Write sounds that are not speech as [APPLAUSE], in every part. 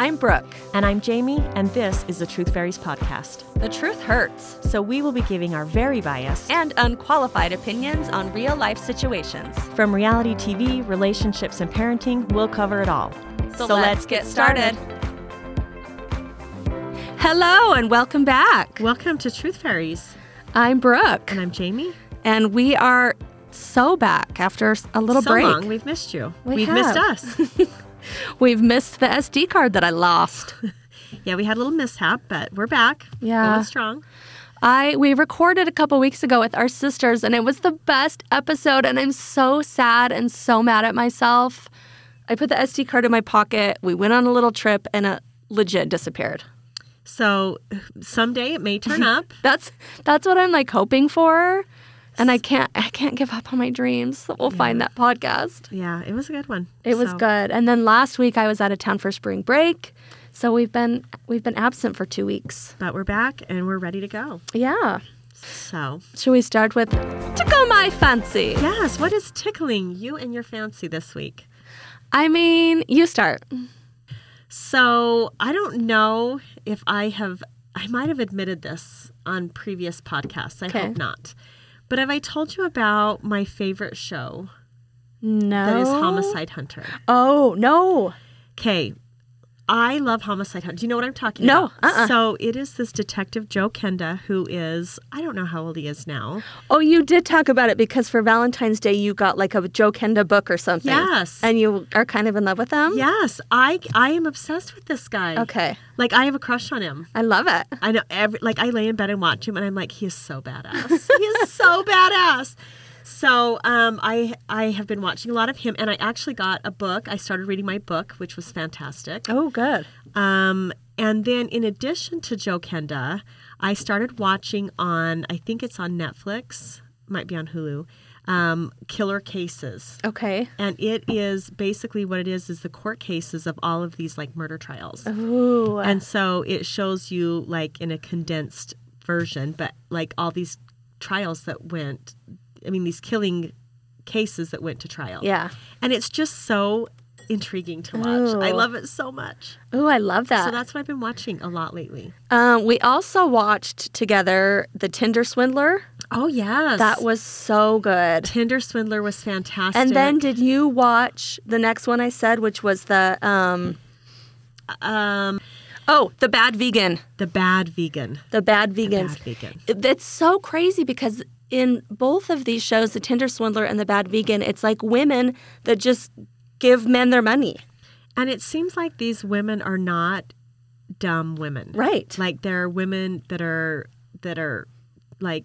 I'm Brooke. And I'm Jamie, and this is the Truth Fairies podcast. The truth hurts, So we will be giving our very biased, and unqualified opinions on real life situations. from reality TV, relationships, and parenting, we'll cover it all. So, let's, get started. Hello, and welcome back. Welcome to Truth Fairies. I'm Brooke, And I'm Jamie. and we are so back after a little so break. long, we've missed you. We have have. missed us. [LAUGHS] We've missed the SD card that I lost. yeah, we had a little mishap, but we're back. Yeah. Going strong. I we recorded a couple weeks ago with our sisters and it was the best episode and I'm so sad and so mad at myself. I put the SD card in my pocket. We went on a little trip and it legit disappeared. So someday it [LAUGHS] may turn up. That's that's what I'm like hoping for. And I can't I can't give up on my dreams. that We'll find that podcast. Yeah, it was a good one. It was So, good. And then last week I was out of town for spring break. So we've been we've been absent for 2 weeks. But we're back and we're ready to go. Yeah. So, Should we start with tickle my fancy? yes, what is tickling you and your fancy this week? I mean, you start. So I don't know if I have, I might have admitted this on previous podcasts. I Okay. hope not. But have I told you about my favorite show No. that is Homicide Hunter? Oh, no. Okay. I love Homicide Hunter. Do you know what I'm talking No, about? uh-uh. So it is this detective, Joe Kenda, who is, I don't know how old he is now. Oh, you did talk about it because for Valentine's Day you got like a Joe Kenda book or something. Yes. And you are kind of in love with them? Yes, I, I am obsessed with this guy. Okay. Like, I have a crush on him. I love it. I know every like I lay in bed and watch him and I'm like, he is so badass. he is so badass. So um, I I have been watching a lot of him and I actually got a book. I started reading my book, which was fantastic. Oh, good. Um, and then in addition to Joe Kenda, I started watching on I think it's on Netflix, might be on Hulu, um, Killer Cases. Okay. And it is basically what it is is the court cases of all of these like murder trials. Ooh. And so it shows you like in a condensed version, but like all these trials that went, I mean, these killing cases that went to trial. yeah. And it's just so intriguing to watch. I Ooh. Uh, love it so much. Ooh, I love that. So that's what I've been watching a lot lately. um, we also watched together The Tinder Swindler. Oh, yes. That That was so good. Tinder Swindler was fantastic. And then did you watch the next one I said, which was the um um, Oh, The Bad Vegan. The Bad Vegan. The Bad Vegans. Bad Vegan. That's so crazy because in both of these shows, The Tinder Swindler and The Bad Vegan, it's like women that just give men their money. And it seems like these women are not dumb women. Right. like there are women that are that are like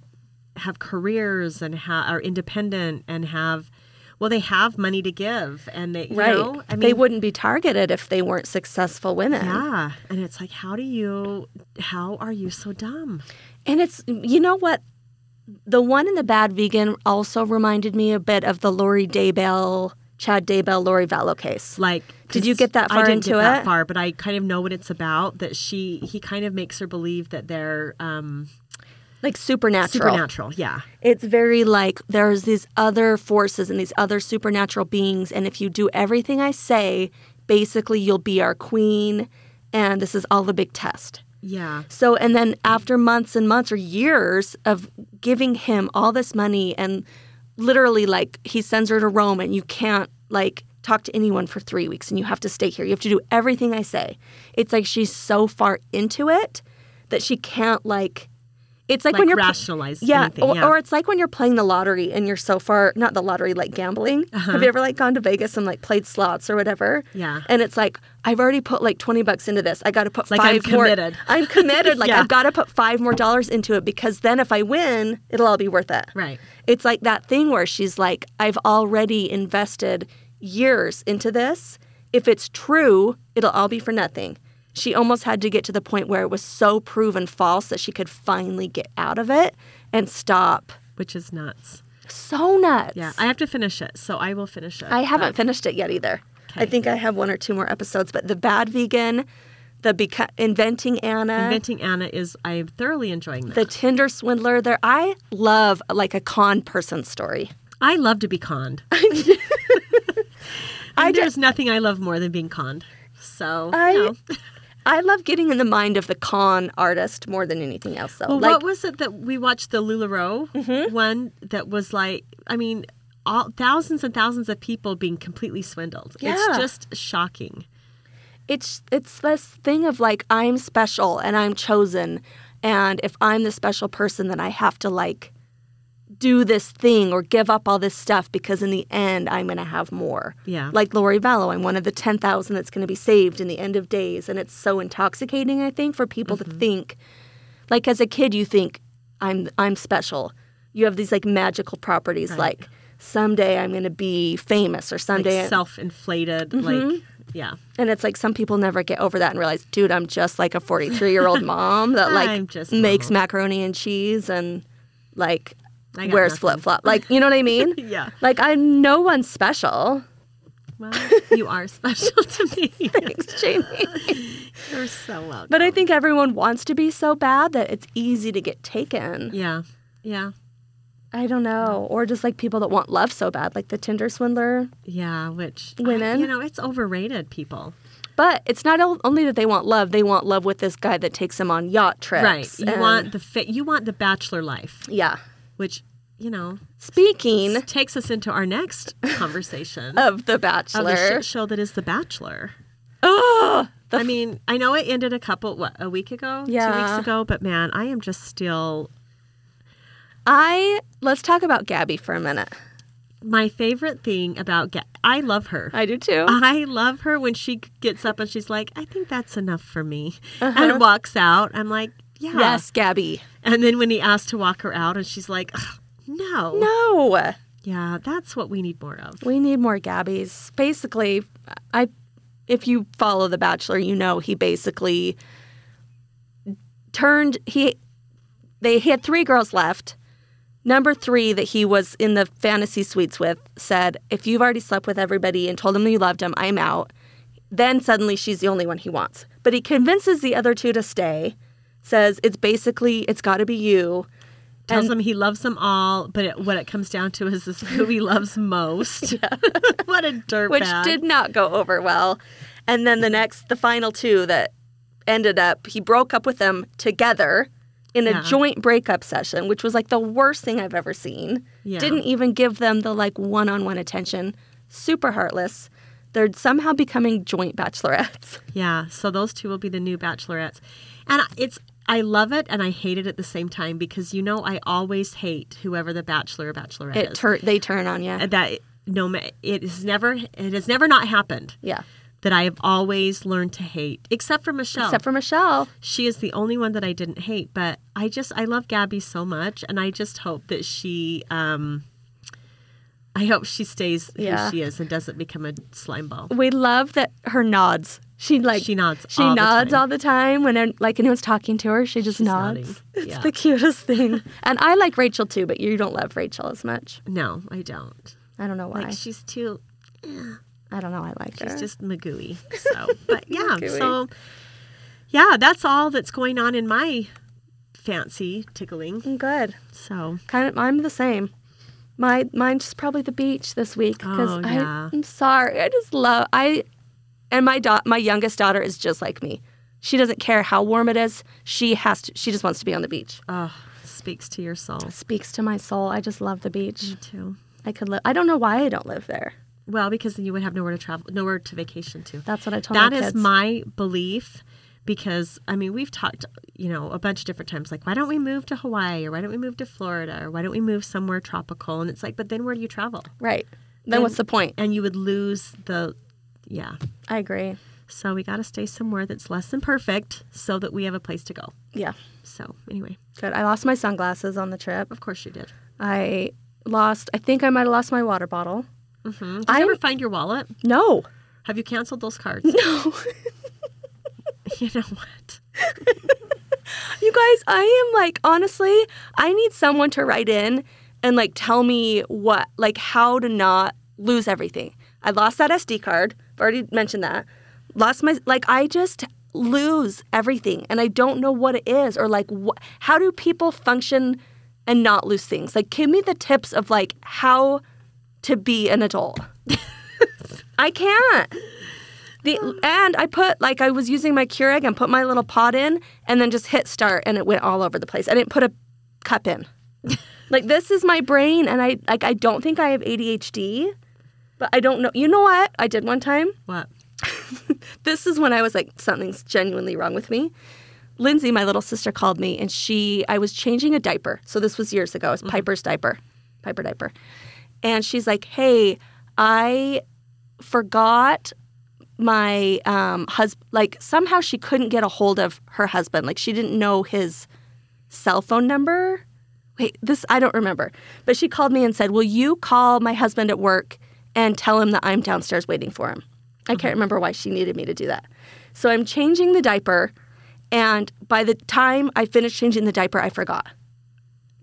have careers and ha- are independent and have well they have money to give and they you right. know I mean they wouldn't be targeted if they weren't successful women. yeah and it's like how do you how are you so dumb And it's, you know what? The one in The Bad Vegan also reminded me a bit of the Lori Daybell, Chad Daybell, Lori Vallow case. like 'cause Did you get that far I didn't into get that it? far but I kind of know what it's about that she he kind of makes her believe that they're um Like supernatural. supernatural yeah It's very like there's these other forces and these other supernatural beings. And if you do everything I say, basically you'll be our queen. And this is all the big test. yeah So, and then after months and months or years of giving him all this money, and literally, like, he sends her to Rome, and you can't, like, talk to anyone for three weeks, and you have to stay here. You have to do everything I say. It's like she's so far into it that she can't, like, it's like, like when you're. rationalize yeah, anything, or, yeah or it's like when you're playing the lottery and you're so far not the lottery like gambling. Have you ever like gone to Vegas and like played slots or whatever? Uh-huh. Yeah. And it's like I've already put like twenty bucks into this. I got to put like, I'm five more. committed. I'm [LAUGHS] committed. Like Yeah. I've got to put five more dollars into it because then if I win, it'll all be worth it. right It's like that thing where she's like, I've already invested years into this. If it's true, it'll all be for nothing. She almost had to get to the point where it was so proven false that she could finally get out of it and stop. which is nuts So nuts. yeah I have to finish it so I will finish it I haven't finished it yet either. I think I have one or two more episodes, but the bad vegan, the beca- inventing Anna, Inventing Anna is I'm thoroughly enjoying that. the Tinder swindler. There, I love like a con person story. I love to be conned. I [LAUGHS] I there's nothing I love more than being conned. So I- you know. [LAUGHS] I love getting in the mind of the con artist more than anything else. So, Well, like, Mm-hmm. what was it that we watched the LuLaRoe one that was like, I mean, all thousands and thousands of people being completely swindled. Yeah. It's just shocking. it's it's this thing of like I'm special and I'm chosen, and if I'm the special person, then I have to like do this thing or give up all this stuff because in the end I'm going to have more. Yeah. Like Lori Vallow, I'm one of the 10,000 that's going to be saved in the end of days and it's so intoxicating I think for people Mm-hmm. to think like as a kid you think I'm I'm special. You have these like magical properties like someday I'm going to be famous or Like someday self inflated. Mm-hmm. Like, [LAUGHS] yeah. and it's like some people never get over that and realize, dude, I'm just like a 43 year [LAUGHS] old mom that I'm like just makes macaroni and cheese and like I got wears nothing. flip flop. Like, you know what I mean? [LAUGHS] Yeah. Like, I'm no one [LAUGHS] special. Well, you are special to [LAUGHS] me. Thanks, Jamie. You're so welcome. But I think everyone wants to be so bad that it's easy to get taken. yeah. Yeah. I don't know. Or just like people that want love so bad, like the Tinder swindler. Yeah. Which, Women? you know, it's overrated, people. But it's not o- only that they want love, they want love with this guy that takes them on yacht trips. Right. You and- want the fit, you want the bachelor life, Yeah. which, you know, Speaking takes us into our next [LAUGHS] conversation. of The of Bachelor. the shit show that is The Bachelor. Ugh, the I mean, I know it ended a couple what a week ago, two Yeah. weeks ago, but man, I am just still I let's talk about Gabby for a minute. my favorite thing about Ga- I love her. I do too. [LAUGHS] I love her when she gets up and she's like, "I think that's enough for me," and walks out. I'm like, "Yeah." Uh-huh. Yes, Gabby. And then when he asks to walk her out, and she's like, "Ugh, "No, No, yeah, that's what we need more of." we need more Gabbies. Basically, I if you follow The Bachelor, you know he basically turned he they he had three girls left. Number three that he was in the fantasy suites with said, "If you've already slept with everybody and told them you loved him, I'm out." Then suddenly she's the only one he wants. But he convinces the other two to stay. Says it's basically it's got to be you. Tells him he loves them all, but it, what it comes down to is this who [LAUGHS] he loves most. [LAUGHS] what a dirtbag! which did not go over well. And then the next, the final two that ended up, he broke up with them together in a Yeah. joint breakup session, which was like the worst thing I've ever seen. Yeah. Didn't even give them the like one on one attention. Super heartless. They're somehow becoming joint bachelorettes. Yeah, so those two will be the new bachelorettes. And I- it's I love it and I hate it at the same time because you know I always hate whoever the bachelor or bachelorette It is. tur- they turn on you. And that no ma- it is never it has never not happened Yeah. that I have always learned to hate except for Michelle. Except for Michelle. she is the only one that I didn't hate, but I just I love Gabby so much and I just hope that she um I hope she stays Yeah. who she is and doesn't become a slime ball. We love that her nods. She like She nods She all the nods time. all the time when like anyone's talking to her. She just nods. nodding. [LAUGHS] It's Yeah. the cutest thing. [LAUGHS] and I like Rachel too, but you don't love Rachel as much. No, I don't. I don't know why. Like she's too I don't know. I like her. She's [LAUGHS] just magooey. So, but yeah, Magooey. so yeah, that's all that's going on in my fancy tickling. I'm good. So, Kind of. I'm the same. My mine's just probably the beach this week because Oh, yeah. I'm sorry. I just love I, and my da- my youngest daughter is just like me. She doesn't care how warm it is. She has to. She just wants to be on the beach. oh, speaks to your soul Speaks to my soul. I just love the beach. too. I could live. I don't know why I don't live there. Well, because then you would have nowhere to travel, nowhere to vacation to. That's what I told That my is kids. my belief because I mean, we've talked, you know, a bunch of different times like, why don't we move to Hawaii or why don't we move to Florida or why don't we move somewhere tropical? And it's like, but then where do you travel? Right. Then what's the point? And you would lose the, yeah. I agree. So we got to stay somewhere that's less than perfect so that we have a place to go. Yeah. So, anyway, Good. I lost my sunglasses on the trip. of course you did. I lost, I think I might have lost my water bottle. Did I- you ever find your wallet? No. Have you canceled those cards? No. [LAUGHS] [LAUGHS] you know what? You guys, I am like, honestly, I need someone to write in and like tell me what, like how to not lose everything. I lost that SD card. I've already mentioned that. Lost my, like, I just lose everything and I don't know what it is or like, wh- how do people function and not lose things? Like, give me the tips of like [LAUGHS] how to be an adult. I can't. The, and I put like I was using my Keurig and put my little pot in and then just hit start and it went all over the place. I didn't put a cup in. like this is my brain and I like I don't think I have ADHD, but I don't know. You know what? I did one time. What? This is when I was like something's genuinely wrong with me. Lindsay, my little sister called me and she I was changing a diaper. So this was years ago. It was Piper's diaper. Piper diaper. And she's like, "Hey, I forgot my um, husband like somehow she couldn't get a hold of her husband like she didn't know his cell phone number wait this i don't remember but she called me and said will you call my husband at work and tell him that i'm downstairs waiting for him i can't remember why she needed me to do that so i'm changing the diaper and by the time i finished changing the diaper i forgot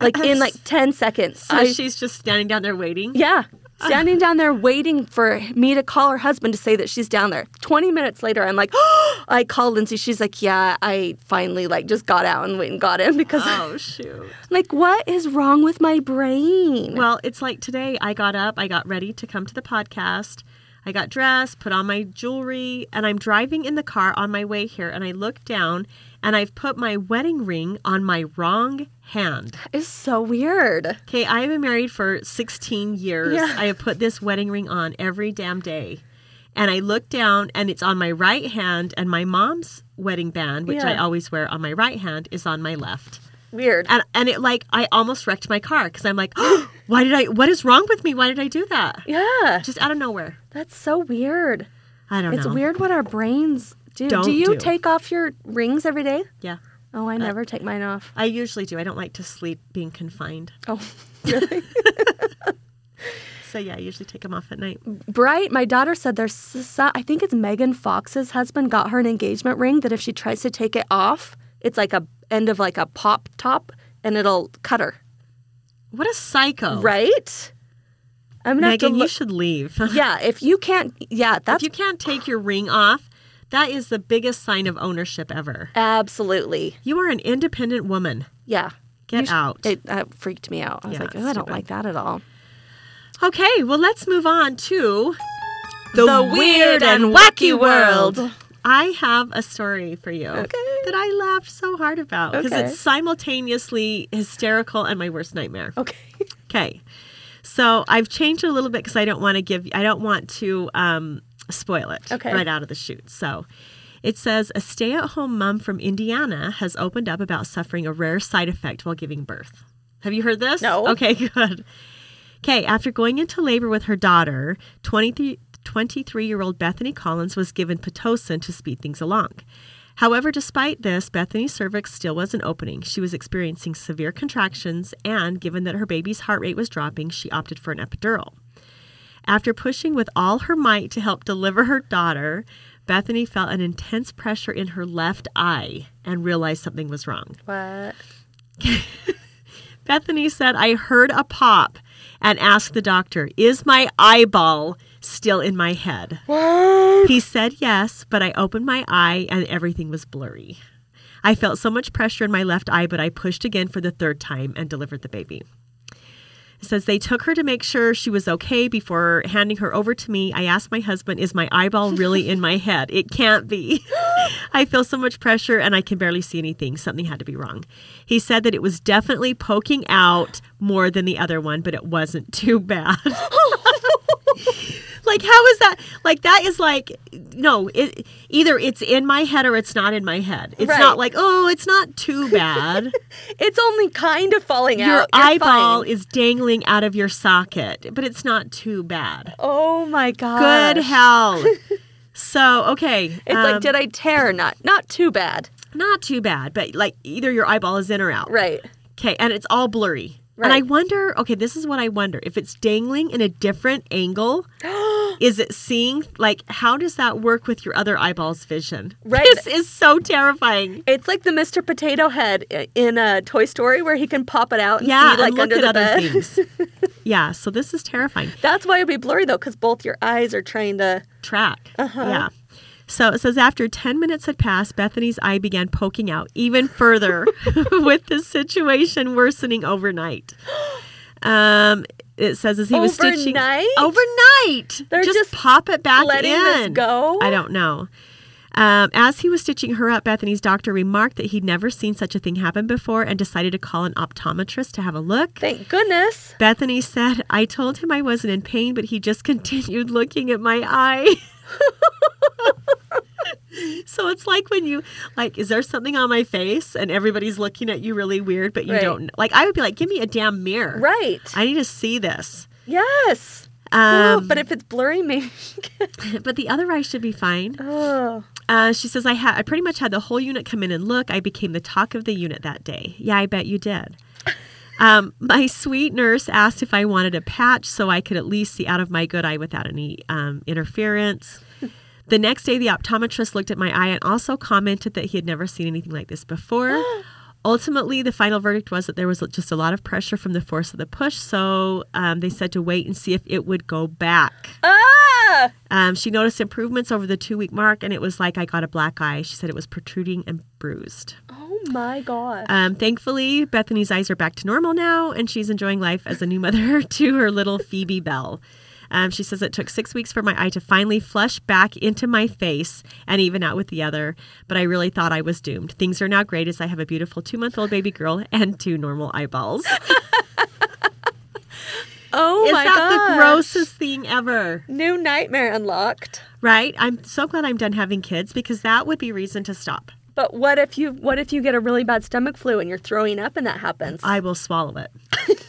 like in like 10 seconds So I- she's just standing down there waiting. [LAUGHS] yeah. Standing down there waiting for me to call her husband to say that she's down there. 20 minutes later, I'm like, [GASPS] I called Lindsay. She's like, yeah, I finally like just got out and went and got in [LAUGHS] [GASPS] because Oh shoot. like, what is wrong with my brain? Well, it's like today I got up, I got ready to come to the podcast. I got dressed, put on my jewelry, and I'm driving in the car on my way here and I look down and I've put my wedding ring on my wrong hand. it's so weird. Okay, I have been married for 16 years. Yeah. I have put this wedding ring on every damn day. And I look down and it's on my right hand and my mom's wedding band, which I Yeah. always wear on my right hand, is on my left Weird. and and it like I almost wrecked my car because I'm like, "Oh, [GASPS] why did I? What is wrong with me? Why did I do that? yeah. Just out of nowhere. That's so weird. I don't It's know. weird what our brains do. Don't do you do. Uh, take off your rings every day? Yeah, Oh, I never take mine off. I usually do. I don't like to sleep being confined. Oh. So yeah, I usually take them off at night. Bright, my daughter said there's so- I think it's Megan Fox's husband got her an engagement ring that if she tries to take it off, it's like a end of like a pop top and it'll cut her. What a psycho, Right? I'm gonna Oh. Megan, you have to should leave. [LAUGHS] look. Yeah, if you can't, yeah, if that's you can't take your ring off, that is the biggest sign of ownership ever. absolutely You are an independent woman. yeah. Get You sh- out. It uh, freaked me out. I was Yeah, like, oh, I don't stupid. like that at all. Okay, well, let's move on to The weird and wacky world. I have a story for you that I laughed so hard about because Okay. it's simultaneously hysterical and my worst nightmare. Okay. [LAUGHS] Okay, so I've changed it a little bit because I don't want to give, I don't want to um, spoil it Okay. right out of the chute. So it says a stay-at-home mom from Indiana has opened up about suffering a rare side effect while giving birth. Have you heard this? No. Okay, [LAUGHS] good. Okay, after going into labor with her daughter, 23 year old Bethany Collins was given Pitocin to speed things along. However, despite this, Bethany's cervix still wasn't opening. She was experiencing severe contractions, and given that her baby's heart rate was dropping, she opted for an epidural. After pushing with all her might to help deliver her daughter, Bethany felt an intense pressure in her left eye and realized something was wrong. What? Bethany said, I heard a pop and asked the doctor, Is my eyeball still in my head? What? He said yes, but I opened my eye and everything was blurry. I felt so much pressure in my left eye, but I pushed again for the third time and delivered the baby. It says they took her to make sure she was okay before handing her over to me. I asked my husband, Is my eyeball really in my head? It can't be. [LAUGHS] I feel so much pressure and I can barely see anything. Something had to be wrong. He said that it was definitely poking out more than the other one, but it wasn't [LAUGHS] too bad. like how is that like that is like no it either it's in my head or it's not in my head it's Right. not like oh it's not too bad It's only kind of falling out. your You're eyeball fine. is dangling out of your socket but it's not too bad Oh my god. good hell so okay It's um, like, did I tear or not? Not too bad. not too bad but like either your eyeball is in or out Right. okay and it's all blurry and i Right. wonder okay this is what i wonder if it's dangling in a different [GASPS] angle is it seeing like how does that work with your other eyeball's vision Right. this is so terrifying It's like the Mr. Potato Head i- in uh, Toy Story where he can pop it out and yeah see and like look under at the other bed. things yeah so this is terrifying [LAUGHS] That's why it'd be blurry though, because both your eyes are trying to. track Uh-huh. yeah so it says after 10 minutes had passed bethany's eye began poking out even [LAUGHS] [GASPS] further with the situation worsening overnight um it says as he was stitching Overnight? overnight. They're just pop it back letting in. this go? I don't know. Um, as he was stitching her up, Bethany's doctor remarked that he'd never seen such a thing happen before and decided to call an optometrist to have a look. Thank goodness. Bethany said, I told him I wasn't in pain, but he just [LAUGHS] continued looking at my eye. [LAUGHS] so it's like when you like is there something on my face and everybody's looking at you really weird but you Right. don't like i would be like give me a damn mirror Right. i need to see this yes. um, oh, but if it's blurry, [LAUGHS] [LAUGHS] maybe. but the other eye should be fine oh. Uh, she says, I, ha- I pretty much had the whole unit come in and look. I became the talk of the unit that day. Yeah, I bet you did. Um, my sweet nurse asked if I wanted a patch so I could at least see out of my good eye without any um, interference. The next day, the optometrist looked at my eye and also commented that he had never seen anything like this before. Ultimately, the final verdict was that there was just a lot of pressure from the force of the push, so um, they said to wait and see if it would go back. Ah! Um, she noticed improvements over the two week mark, and it was like I got a black eye. She said it was protruding and bruised. Oh my God. Um, thankfully, Bethany's eyes are back to normal now, and she's enjoying life as a new mother [LAUGHS] to her little Phoebe Bell. Um, she says it took six weeks for my eye to finally flush back into my face and even out with the other, but I really thought I was doomed. Things are now great as I have a beautiful two month old baby girl and two normal eyeballs. [LAUGHS] oh Is my that the gosh. grossest thing ever? New nightmare unlocked. Right? I'm so glad I'm done having kids because that would be reason to stop. But what if you what if you get a really bad stomach flu and you're throwing up and that happens? [LAUGHS] I will swallow it.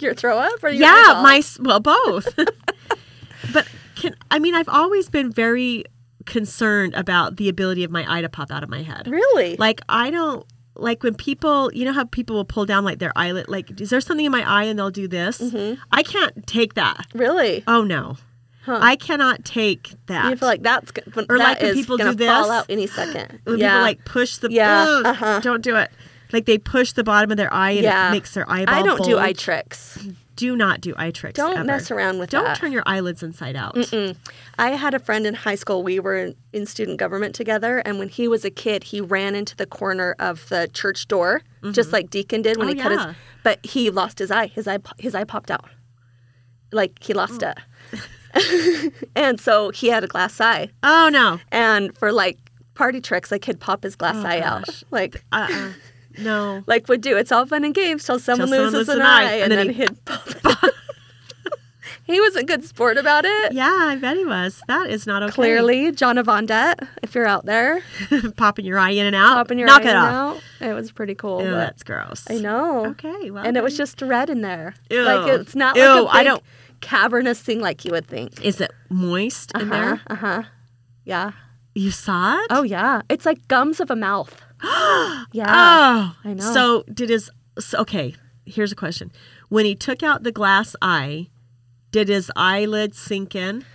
your throw up or your yeah, eyeball? my s- [LAUGHS] well both. but can I mean I've always been very concerned about the ability of my eye to pop out of my head. really Like I don't like when people, you know how people will pull down like their eyelid like is there something in my eye and they'll do this? I can't take that. really. Oh no. Mm-hmm. Huh. I cannot take that. You feel like that's go- Or that like when is people do gonna fall this. out any second. when yeah. people like push the Yeah, Ugh, uh-huh. don't do it. Like they push the bottom of their eye and yeah. it makes their eyeball. I don't do bulge. eye tricks. Do not do eye tricks. Don't ever. mess around with Don't that. turn your eyelids inside out. I had a friend in high school. We were in, in student government together, and when he was a kid, he ran into the corner of the church door, just like Deacon did when Oh, he cut yeah. his. But he lost his eye. His eye. po- His eye popped out. Like he lost Mm. it, [LAUGHS] and so he had a glass eye. Oh no. And for like party tricks, like he'd pop his Oh, glass eye out. Like. Uh-uh. No. like would do. It's all fun and games till someone Till someone loses loses an, an eye, eye, and, and then then, he'd pop. [LAUGHS] it. [LAUGHS] he was a good sport about it. Yeah, I bet he was. That is not okay. Clearly, John Avondette, if you're out there, [LAUGHS] popping your eye in and out. popping your Knock eye it in off. out. It was pretty cool. Ew, but- that's gross. I know. Okay. Well, and it was then- just red in there. Ew. Like it's not like a Ew, big I don't- cavernous thing like you would think. Is it moist in there? Uh huh. Yeah. You saw it? Oh yeah. It's like gums of a [GASPS] mouth. yeah. Oh. I know. So did his. So, okay. Here's a question. When he took out the glass eye, did his eyelid sink in?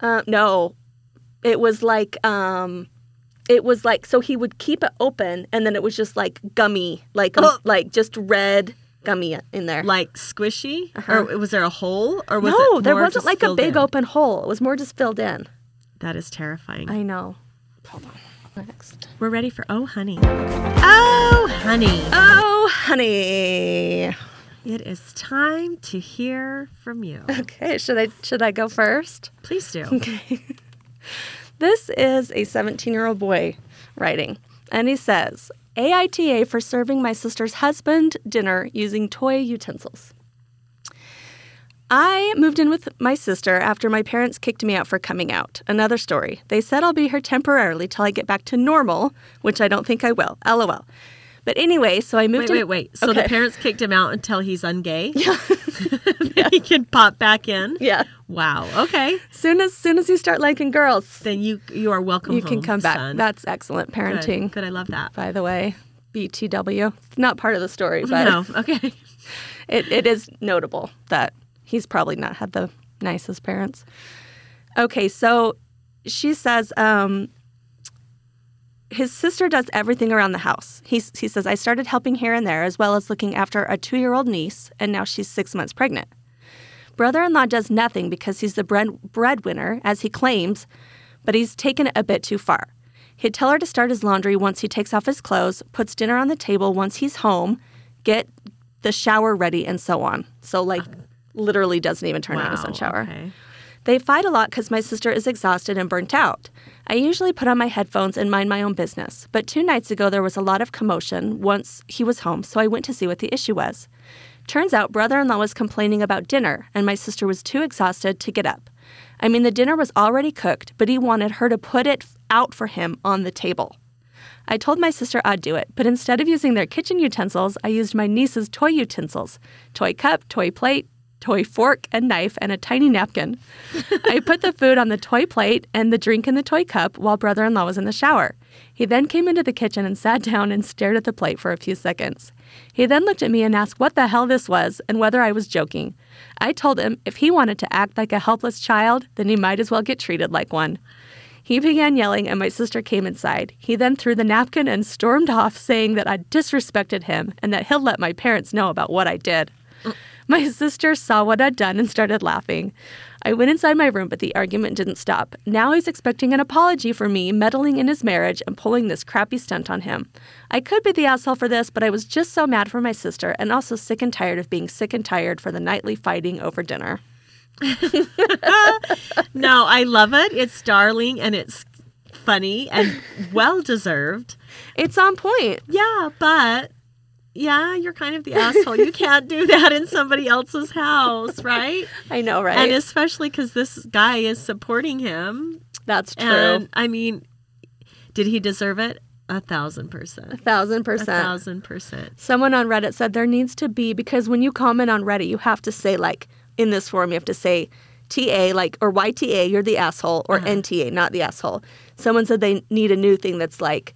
Uh, no, it was like um, it was like so he would keep it open, and then it was just like gummy, like Ugh. like just red gummy in there. Like squishy? Or was there a hole? Or was Uh-huh. no, it there more wasn't just like a filled big in? open hole. It was more just filled in. That is terrifying. I know. Hold on. Next. We're ready for Oh Honey. Oh Honey. Oh, honey. It is time to hear from you. Okay, should I should I go first? Please do. [LAUGHS] This is a 17 year old boy writing, and he says, AITA for serving my sister's husband dinner using toy utensils. I moved in with my sister after my parents kicked me out for coming out. Another story. They said I'll be here temporarily till I get back to normal, which I don't think I will. LOL. But anyway, so I moved Wait, in. wait, wait. So the Okay. parents kicked him out until he's ungay? [LAUGHS] [LAUGHS] Then he can pop back in? Yeah. Wow. Okay. Soon as soon as you start liking girls, Then you you are welcome you home, can come back. son. That's excellent Mm-hmm. Good. parenting. Good. I love that. by the way. BTW. It's not part of the story, but No. [LAUGHS] Okay. it, it is notable that he's probably not had the nicest parents. Okay, so she says um, his sister does everything around the house. He, s- he says, I started helping here and there, as well as looking after a two year old niece, and now she's six months pregnant. Brother in law does nothing because he's the bread, breadwinner, as he claims, but he's taken it a bit too far. He'd tell her to start his laundry once he takes off his clothes, puts dinner on the table once he's home, get the shower ready, and so on. So, like, literally doesn't even turn on a Wow, sun shower. okay. They fight a lot because my sister is exhausted and burnt out. I usually put on my headphones and mind my own business, but two nights ago there was a lot of commotion once he was home, so I went to see what the issue was. Turns out brother in law was complaining about dinner, and my sister was too exhausted to get up. I mean, the dinner was already cooked, but he wanted her to put it out for him on the table. I told my sister I'd do it, but instead of using their kitchen utensils, I used my niece's toy utensils toy cup, toy plate, toy fork and knife, and a tiny napkin. I put the food on the toy plate and the drink in the toy cup while brother in law was in the shower. He then came into the kitchen and sat down and stared at the plate for a few seconds. He then looked at me and asked what the hell this was and whether I was joking. I told him if he wanted to act like a helpless child, then he might as well get treated like one. He began yelling, and my sister came inside. He then threw the napkin and stormed off, saying that I disrespected him and that he'll let my parents know about what I did. My sister saw what I'd done and started laughing. I went inside my room, but the argument didn't stop. Now he's expecting an apology for me meddling in his marriage and pulling this crappy stunt on him. I could be the asshole for this, but I was just so mad for my sister and also sick and tired of being sick and tired for the nightly fighting over dinner. No, I love it. It's darling and it's funny and well deserved. It's on point. Yeah, but yeah, you're kind of the asshole. You can't do that in somebody else's house, right? I know, [LAUGHS] right? And especially because this guy is supporting him. That's true. And I mean, did he deserve it? A thousand percent. thousand A percent. thousand percent. Someone on Reddit said there needs to be because when you comment on Reddit, you have to say like in this form, you have to say TA like or YTA, you're the asshole, Uh-huh. or NTA, not the asshole. Someone said they need a new thing that's like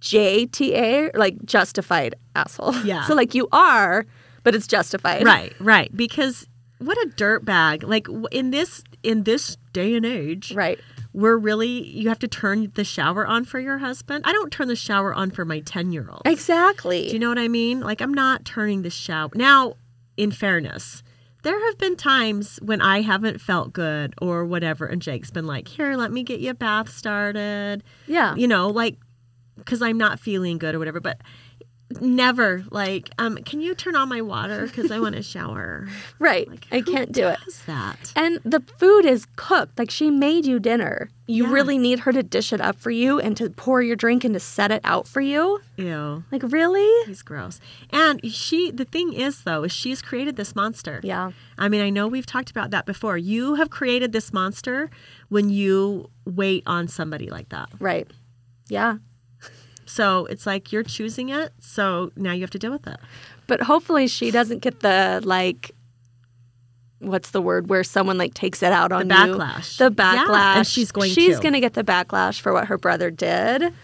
JTA, like justified asshole. [LAUGHS] Yeah. so like you are, but it's justified. Right, right. Because what a dirt bag. Like w- in this in this day and age, Right. we're really you have to turn the shower on for your husband. I don't turn the shower on for my 10-year-old. Exactly. Do you know what I mean? Like I'm not turning the shower. Now, in fairness, there have been times when I haven't felt good or whatever and Jake's been like, "Here, let me get you a bath started." yeah. You know, like cuz I'm not feeling good or whatever, but never like, um, "Can you turn on my water cuz I want to shower?" right. Like, I who can't do it. does that? And the food is cooked. Like she made you dinner. You Yeah. really need her to dish it up for you and to pour your drink and to set it out for you. Ew. Like, really? He's gross. And she the thing is though, is she's created this monster. Yeah. I mean, I know we've talked about that before. You have created this monster when you wait on somebody like that. Right. Yeah. So it's like you're choosing it. So now you have to deal with it. But hopefully she doesn't get the, like, what's the word, where someone, like, takes it out on you. backlash. The Yeah, backlash. and she's going She's to. going to get the backlash for what her brother did.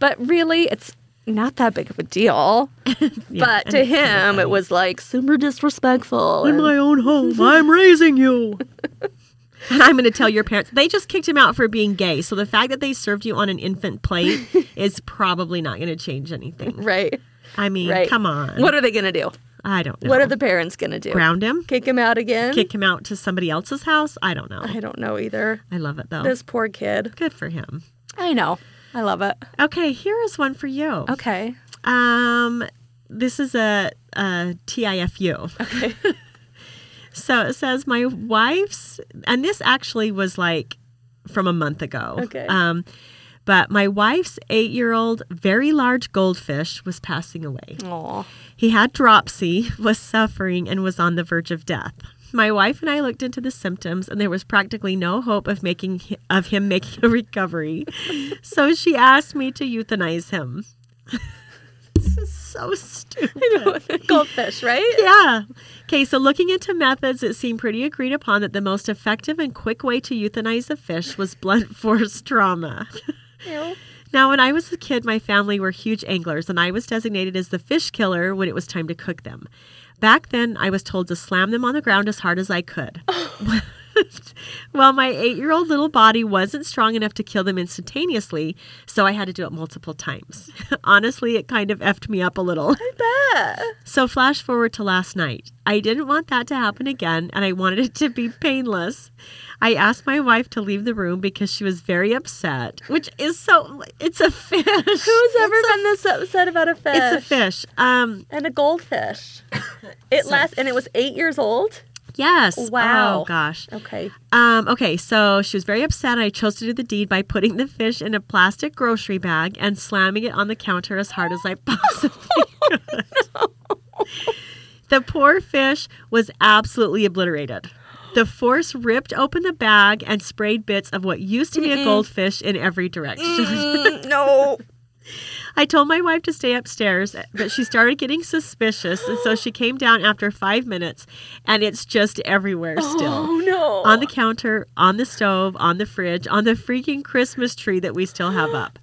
But really, it's not that big of a deal. [LAUGHS] Yeah, but and to it's kinda him, funny. it was, like, super disrespectful. in and- my own home, I'm raising you. [LAUGHS] And I'm going to tell your parents. They just kicked him out for being gay. So the fact that they served you on an infant plate [LAUGHS] is probably not going to change anything. right. I mean, Right. come on. What are they going to do? I don't know. What are the parents going to do? ground him? Kick him out again? Kick him out to somebody else's house? I don't know. I don't know either. I love it though. This poor kid. Good for him. I know. I love it. Okay, here is one for you. Okay. Um, this is a, a TIFU. Okay. [LAUGHS] so it says my wife's, and this actually was like from a month ago. Okay. Um, but my wife's eight-year-old, very large goldfish was passing away. [LAUGHS] Aw. He had dropsy, was suffering, and was on the verge of death. My wife and I looked into the symptoms, and there was practically no hope of making of him making a recovery. so she asked me to euthanize him. [LAUGHS] this is so [LAUGHS] stupid. Goldfish, [LAUGHS] right? Yeah. Okay, so looking into methods, it seemed pretty agreed upon that the most effective and quick way to euthanize a fish was blunt [LAUGHS] force trauma. Now, when I was a kid, my family were huge anglers, and I was designated as the fish killer when it was time to cook them. Back then, I was told to slam them on the ground as hard as I could. [LAUGHS] well, my eight year old little body wasn't strong enough to kill them instantaneously, so I had to do it multiple times. [LAUGHS] Honestly, it kind of effed me up a little. So, flash forward to last night. I didn't want that to happen again, and I wanted it to be painless. I asked my wife to leave the room because she was very upset, which is so. It's a fish. Who's ever been this upset about a fish? It's a fish. Um, [LAUGHS] And a goldfish. It last and it was eight years old. Yes. Wow. Oh gosh. Okay. Um, okay, so she was very upset. and I chose to do the deed by putting the fish in a plastic grocery bag and slamming it on the counter as hard as [LAUGHS] Oh, I possibly could. The poor fish was absolutely obliterated. The force ripped open the bag and sprayed bits of what used to be a goldfish in every direction. [LAUGHS] Mm, no. I told my wife to stay upstairs, but she started getting suspicious, and so she came down after five minutes, and it's just everywhere still Oh no. on the counter, on the stove, on the fridge, on the freaking Christmas tree that we still have up.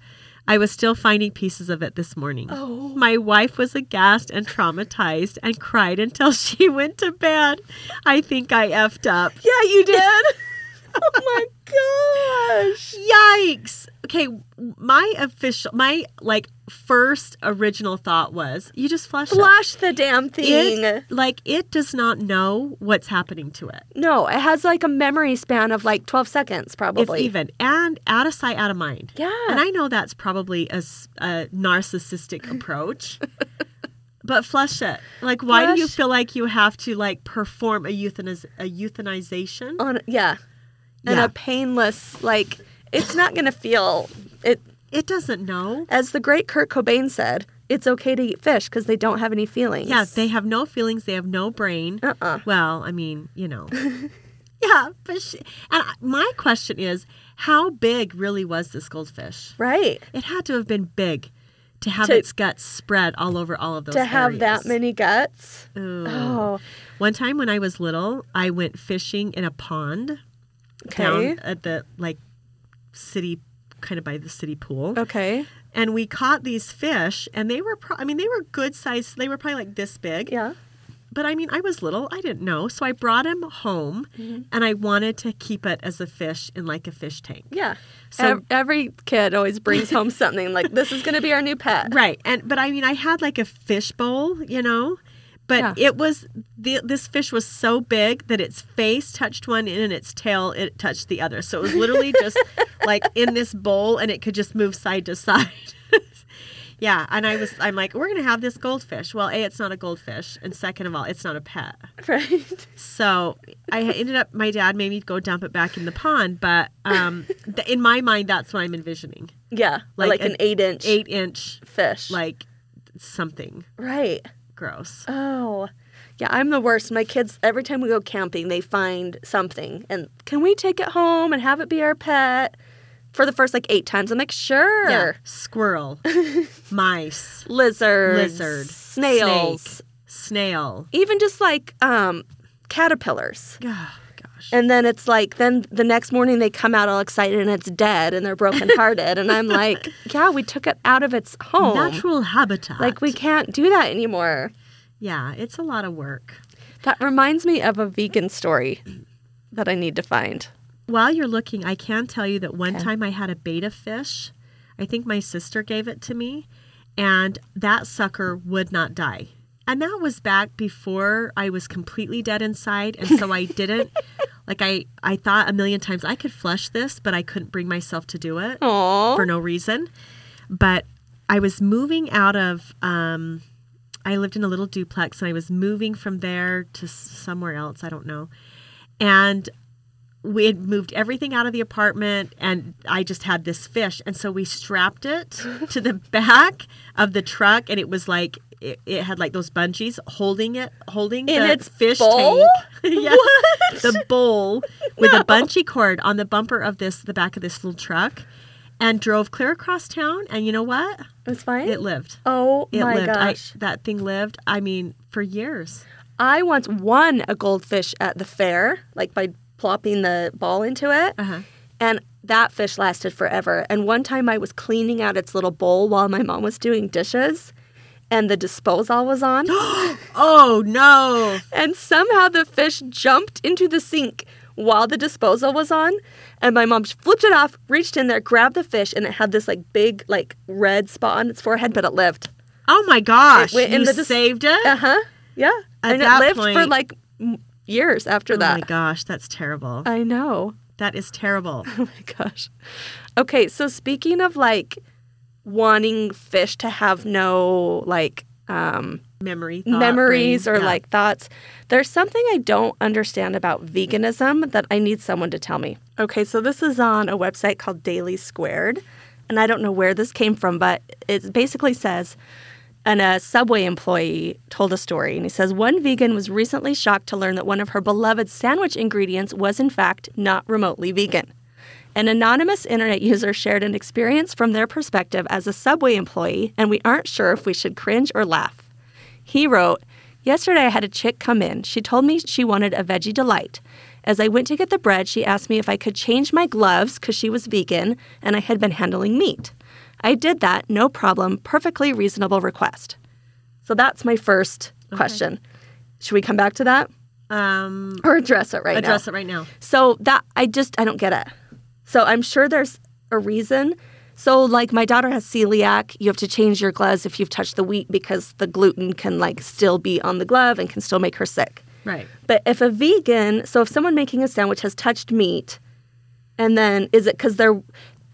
I was still finding pieces of it this morning. Oh. My wife was aghast and traumatized and cried until [LAUGHS] she went to bed. I think I effed up. yeah, you did. [LAUGHS] oh [LAUGHS] my gosh. Yikes. Okay, my official my like first original thought was you just flushed it. Flash the damn thing. it. Like it does not know what's happening to it. no, it has like a memory span of like 12 seconds probably. If even. And out of sight, out of mind. Yeah. And I know that's probably a, s- a [LAUGHS] narcissistic approach. But flush it. Like, why do you Flush. feel like you have to like perform a euthaniz- a euthanization? on yeah. And Yeah. a painless like it's not going to feel it It doesn't know. as the great Kurt Cobain said, it's okay to eat fish cuz they don't have any feelings. Yeah, they have no feelings. They have no brain. Uh-uh. Well, I mean, you [LAUGHS] know. yeah, but she, and I- my question is, how big really was this goldfish? Right. It had to have been big to have To- its guts spread all over all of those. to have that areas. many guts. Ooh. Oh, One time when I was little, I went fishing in a pond okay. down at the like city, kind of by the city pool, Okay. and we caught these fish, and they were, pro- I mean, they were good size. They were probably like this big. Yeah. But I mean, I was little. I didn't know, so I brought him home, Mm-hmm. and I wanted to keep it as a fish in like a fish tank. Yeah. So- Ev- every kid always brings [LAUGHS] home something like this is going to be our new pet. [LAUGHS] Right. And but I mean I had like a fish bowl, you know, but Yeah. it was the, this fish was so big that its face touched one end and its tail it touched the other. So it was literally just like in this bowl and it could just move side to side. [LAUGHS] yeah, and I was I'm like we're going to have this goldfish. Well, A it's not a goldfish and second of all, it's not a pet. Right. So I ended up my dad made me go dump it back in the pond, but um th- in my mind that's what I'm envisioning. Yeah. Like, Like an an 8 inch 8 inch fish. like something right. gross. Oh. Yeah, I'm the worst. My kids every time we go camping, they find something and can we take it home and have it be our pet? For the first like 8 times. I'm like, "Sure." Yeah. Squirrel, [LAUGHS] mice, Lizards, lizard, snails, snake, snail. even just like um caterpillars. Oh, gosh. And then it's like, then the next morning they come out all excited and it's dead and they're brokenhearted. and I'm like, yeah, we took it out of its home. Natural habitat. Like, we can't do that anymore. Yeah, it's a lot of work. That reminds me of a vegan story that I need to find. While you're looking, I can tell you that one time I had a beta fish. I think my sister gave it to me, and that sucker would not die. And that was back before I was completely dead inside, and so [LAUGHS] I didn't. Like I, I thought a million times I could flush this, but I couldn't bring myself to do it. Aw. for no reason. But I was moving out of. Um, I lived in a little duplex, and I was moving from there to s- somewhere else. I don't know, and we had moved everything out of the apartment, and I just had this fish, and so we strapped it [LAUGHS] to the back of the truck, and it was like. It, it had like those bungees holding it, holding In the its fish bowl? tank. [LAUGHS] yes, the bowl with a bungee cord on the bumper of this, the back of this little truck, and drove clear across town. And you know what? It was fine? It lived. oh It my lived. gosh. I, that thing lived. I mean, for years. I, once won a goldfish at the fair, like by plopping the ball into it. Uh-huh. And that fish lasted forever. And one time I was cleaning out its little bowl while my mom was doing dishes and the disposal was [GASPS] on. Oh no! and somehow the fish jumped into the sink while the disposal was on. And my mom flipped it off, reached in there, grabbed the fish, and it had this like big, like red spot on its forehead, but it lived. Oh my gosh! It went in you the dis- saved it. Uh huh. Yeah. At and it that lived for point- like m- years after oh my that. gosh, that's terrible. I know. [LAUGHS] That is terrible. Oh my gosh. Okay, so speaking of like wanting fish to have no like um, Memory, thought, memories brain, or yeah. like thoughts. There's something I don't understand about veganism that I need someone to tell me. Okay, so this is on a website called Daily Squared, and I don't know where this came from, but it basically says and a subway employee told a story and he says one vegan was recently shocked to learn that one of her beloved sandwich ingredients was in fact not remotely vegan. An anonymous internet user shared an experience from their perspective as a subway employee, and we aren't sure if we should cringe or laugh. He wrote, Yesterday I had a chick come in. She told me she wanted a veggie delight. As I went to get the bread, she asked me if I could change my gloves because she was vegan and I had been handling meat. I did that, no problem, perfectly reasonable request. So that's my first question. Should we come back to that um, or address it right now? address it right now. So that I just I don't get it. So I'm sure there's a reason. So like my daughter has celiac, you have to change your gloves if you've touched the wheat because the gluten can like still be on the glove and can still make her sick. Right. But if a vegan, so if someone making a sandwich has touched meat, and then is it because they're,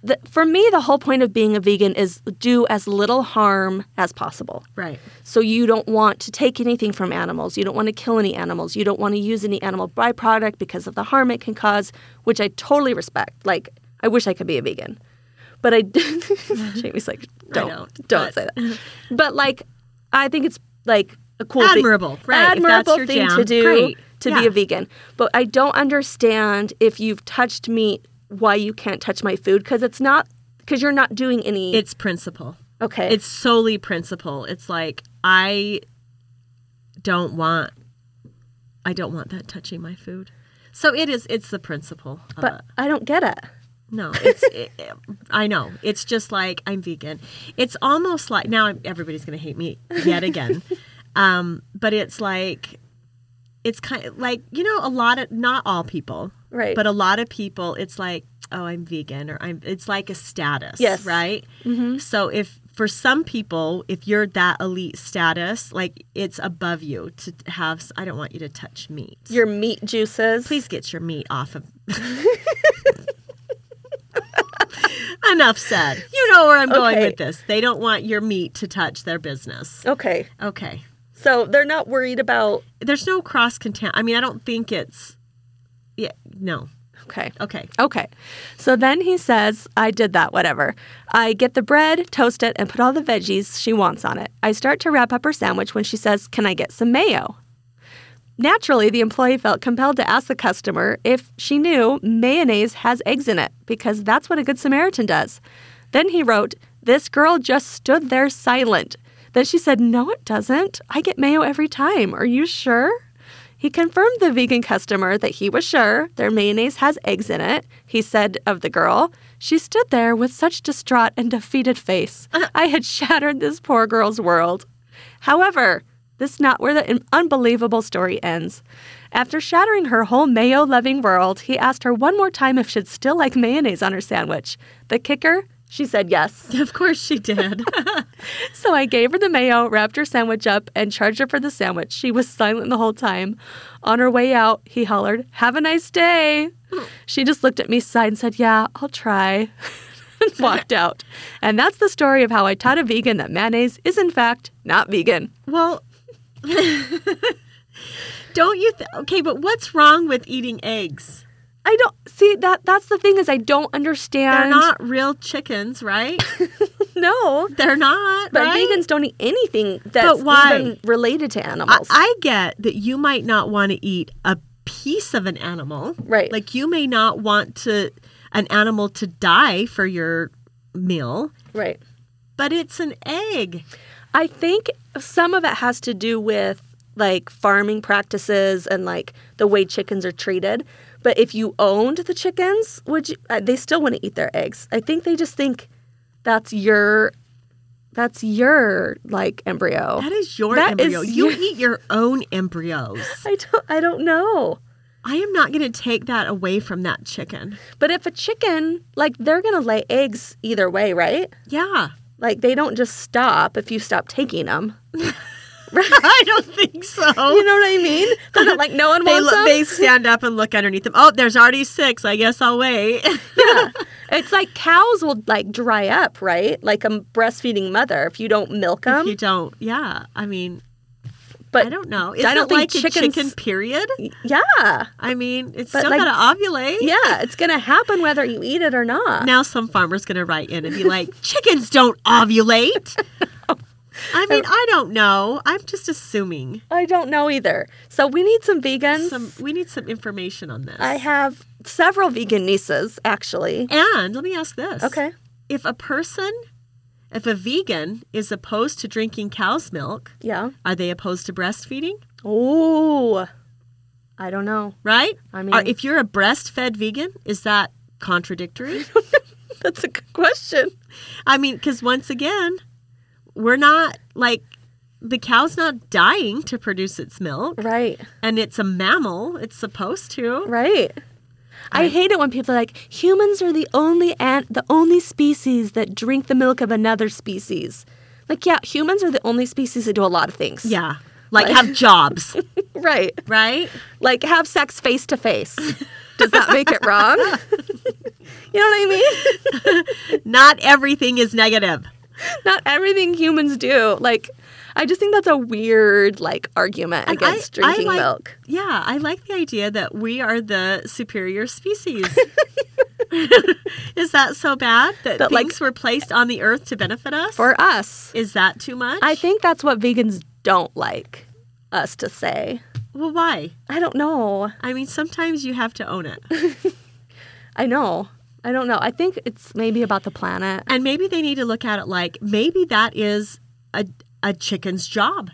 the, for me, the whole point of being a vegan is do as little harm as possible. Right. So you don't want to take anything from animals. You don't want to kill any animals. You don't want to use any animal byproduct because of the harm it can cause, which I totally respect. Like I wish I could be a vegan, but I [LAUGHS] Jamie's like don't don't, don't, but- say that. But like I think it's like a cool thi- Admirable, right, if that's admirable your thing jam, to do great, to yeah. be a vegan. But I don't understand if you've touched meat why you can't touch my food because it's not because you're not doing any It's principle. okay It's solely principle. It's like I don't want I don't want that touching my food. So it is it's the principle. of but it. I don't get it. No, it's. [LAUGHS] it, I know. It's just like I'm vegan. It's almost like now I'm- everybody's going to hate me [LAUGHS] yet again. um, but it's like, it's kind of like you know a lot of not all people, Right. But a lot of people, it's like, oh, I'm vegan, or I'm. It's like a status, Yes. Mm-hmm. right? So if for some people, if you're that elite status, like it's above you to have. s- I don't want you to touch meat. your meat juices. Please get your meat [LAUGHS] off of. Enough said. You know where I'm going Okay. with this. They don't want your meat to touch their business. Okay. Okay. So they're not worried about. There's no cross content. I mean, I don't think it's. Yeah. No. Okay. Okay. [LAUGHS] Okay. So then he says, I did that, whatever. I get the bread, toast it, and put all the veggies she wants on it. I start to wrap up her sandwich when she says, Can I get some mayo? Naturally, the employee felt compelled to ask the customer if she knew mayonnaise has eggs in it, because that's what a Good Samaritan does. Then he wrote, This girl just stood there silent. Then she said, No, it doesn't. I get mayo every time. Are you sure? He confirmed the vegan customer that he was sure their mayonnaise has eggs in it. He said of the girl, She stood there with such distraught and defeated face. [LAUGHS] I had shattered this poor girl's world. However, this is not where the un- unbelievable story ends. After shattering her whole mayo loving world, he asked her one more time if she'd still like mayonnaise on her sandwich. The kicker? She said [LAUGHS] yes. Of course she did. [LAUGHS] So I gave her the mayo, wrapped her sandwich up, and charged her for the sandwich. She was silent the whole time. On her way out, he hollered, Have a nice day. She just looked at me side and said, Yeah, I'll try. [LAUGHS] and walked out. And that's the story of how I taught a vegan that mayonnaise is, in fact, not vegan. well, [LAUGHS] don't you? Th- okay, but what's wrong with eating eggs? I don't see that. That's the thing is I don't understand. They're not real chickens, right? [LAUGHS] No, They're not. but right? vegans don't eat anything that's But why? even related to I, animals. I get that you might not want to eat a piece of an animal. Right. Like you may not want to an animal to die for your meal, right. but it's an egg. I think some of it has to do with like farming practices and like the way chickens are treated. But if you owned the chickens, would you? uh, They still want to eat their eggs. I think they just think that's your that's your like embryo. That is your That embryo. is [LAUGHS] you your- eat your own embryos. I don't I don't know. I am not going to take that away from that chicken. But if a chicken like they're gonna lay eggs either way, right? Yeah. Like they don't just stop if you stop taking them. [LAUGHS] I don't think so. You know what I mean? [LAUGHS] They're not like no one they, wants lo- them. they stand up and look underneath them. Oh, there's already six. I guess I'll wait. [LAUGHS] yeah. [LAUGHS] It's like cows will like dry up, right? Like a breastfeeding mother if you don't milk if them. you don't, yeah. I mean, but Uh, I don't know. Is I don't it think like a chickens- chicken period? yeah, I mean, it's But, still like- going to ovulate. yeah, it's gonna happen whether you eat it or not. Now some farmer's going to write in and be like, chickens don't [LAUGHS] ovulate. Oh. I mean, I don't know. I'm just assuming. I don't know either. So we need some vegans. Some we need some information on this. I have several vegan nieces actually. And let me ask this. Okay. If a person, if a vegan is opposed to drinking cow's milk, Yeah. are they opposed to breastfeeding? Ooh. I don't know. Right? I Are- mean- if you're a breastfed vegan, is that contradictory? That's a good question. I mean, because once again, we're not like the cow's not dying to produce its milk, Right. and it's a mammal. It's supposed to. Right. I hate it when people are like humans are the only an- the only species that drink the milk of another species. Like yeah, humans are the only species that do a lot of things. Yeah. Like [LAUGHS] have jobs, Right. right? Like have sex face to face. Does that make it wrong? you know what I mean? Not everything is negative. Not everything humans do. Like I just think that's a weird like argument And I- against I drinking like- milk. Yeah, I like the idea that we are the superior species. [LAUGHS] [LAUGHS] is that so bad that, That, like- things were placed on the earth to benefit us? For us. is that too much? I think that's what vegans don't like us to say. Well, why? I don't know. I mean, sometimes you have to own it. I know. I don't know. I think it's maybe about the planet. And maybe they need to look at it like maybe that is a, a chicken's job.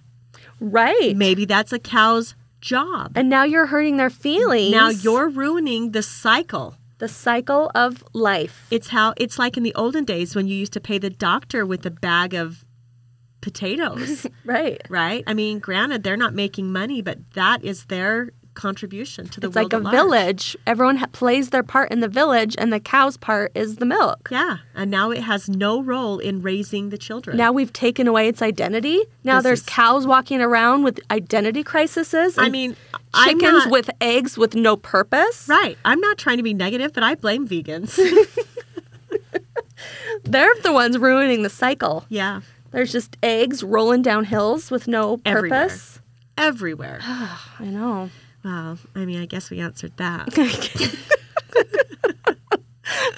Right. Maybe that's a cow's job. And now you're hurting their feelings. Now you're ruining the cycle. the cycle of life. It's how it's like in the olden days when you used to pay the doctor with a bag of [LAUGHS] potatoes, Right. right? I mean, granted they're not making money, but that is their contribution to the It's world like a at large. village. Everyone ha- plays their part in the village, and the cow's part is the milk. Yeah, and now it has no role in raising the children. Now we've taken away its identity. Now This there's is- cows walking around with identity crises. I and mean, I'm chickens not- with eggs with no purpose. right. I'm not trying to be negative, but I blame vegans. [LAUGHS] They're the ones ruining the cycle. yeah. There's just eggs rolling down hills with no Everywhere. purpose. [GASPS] everywhere. I know. Wow. I mean, I guess we answered that.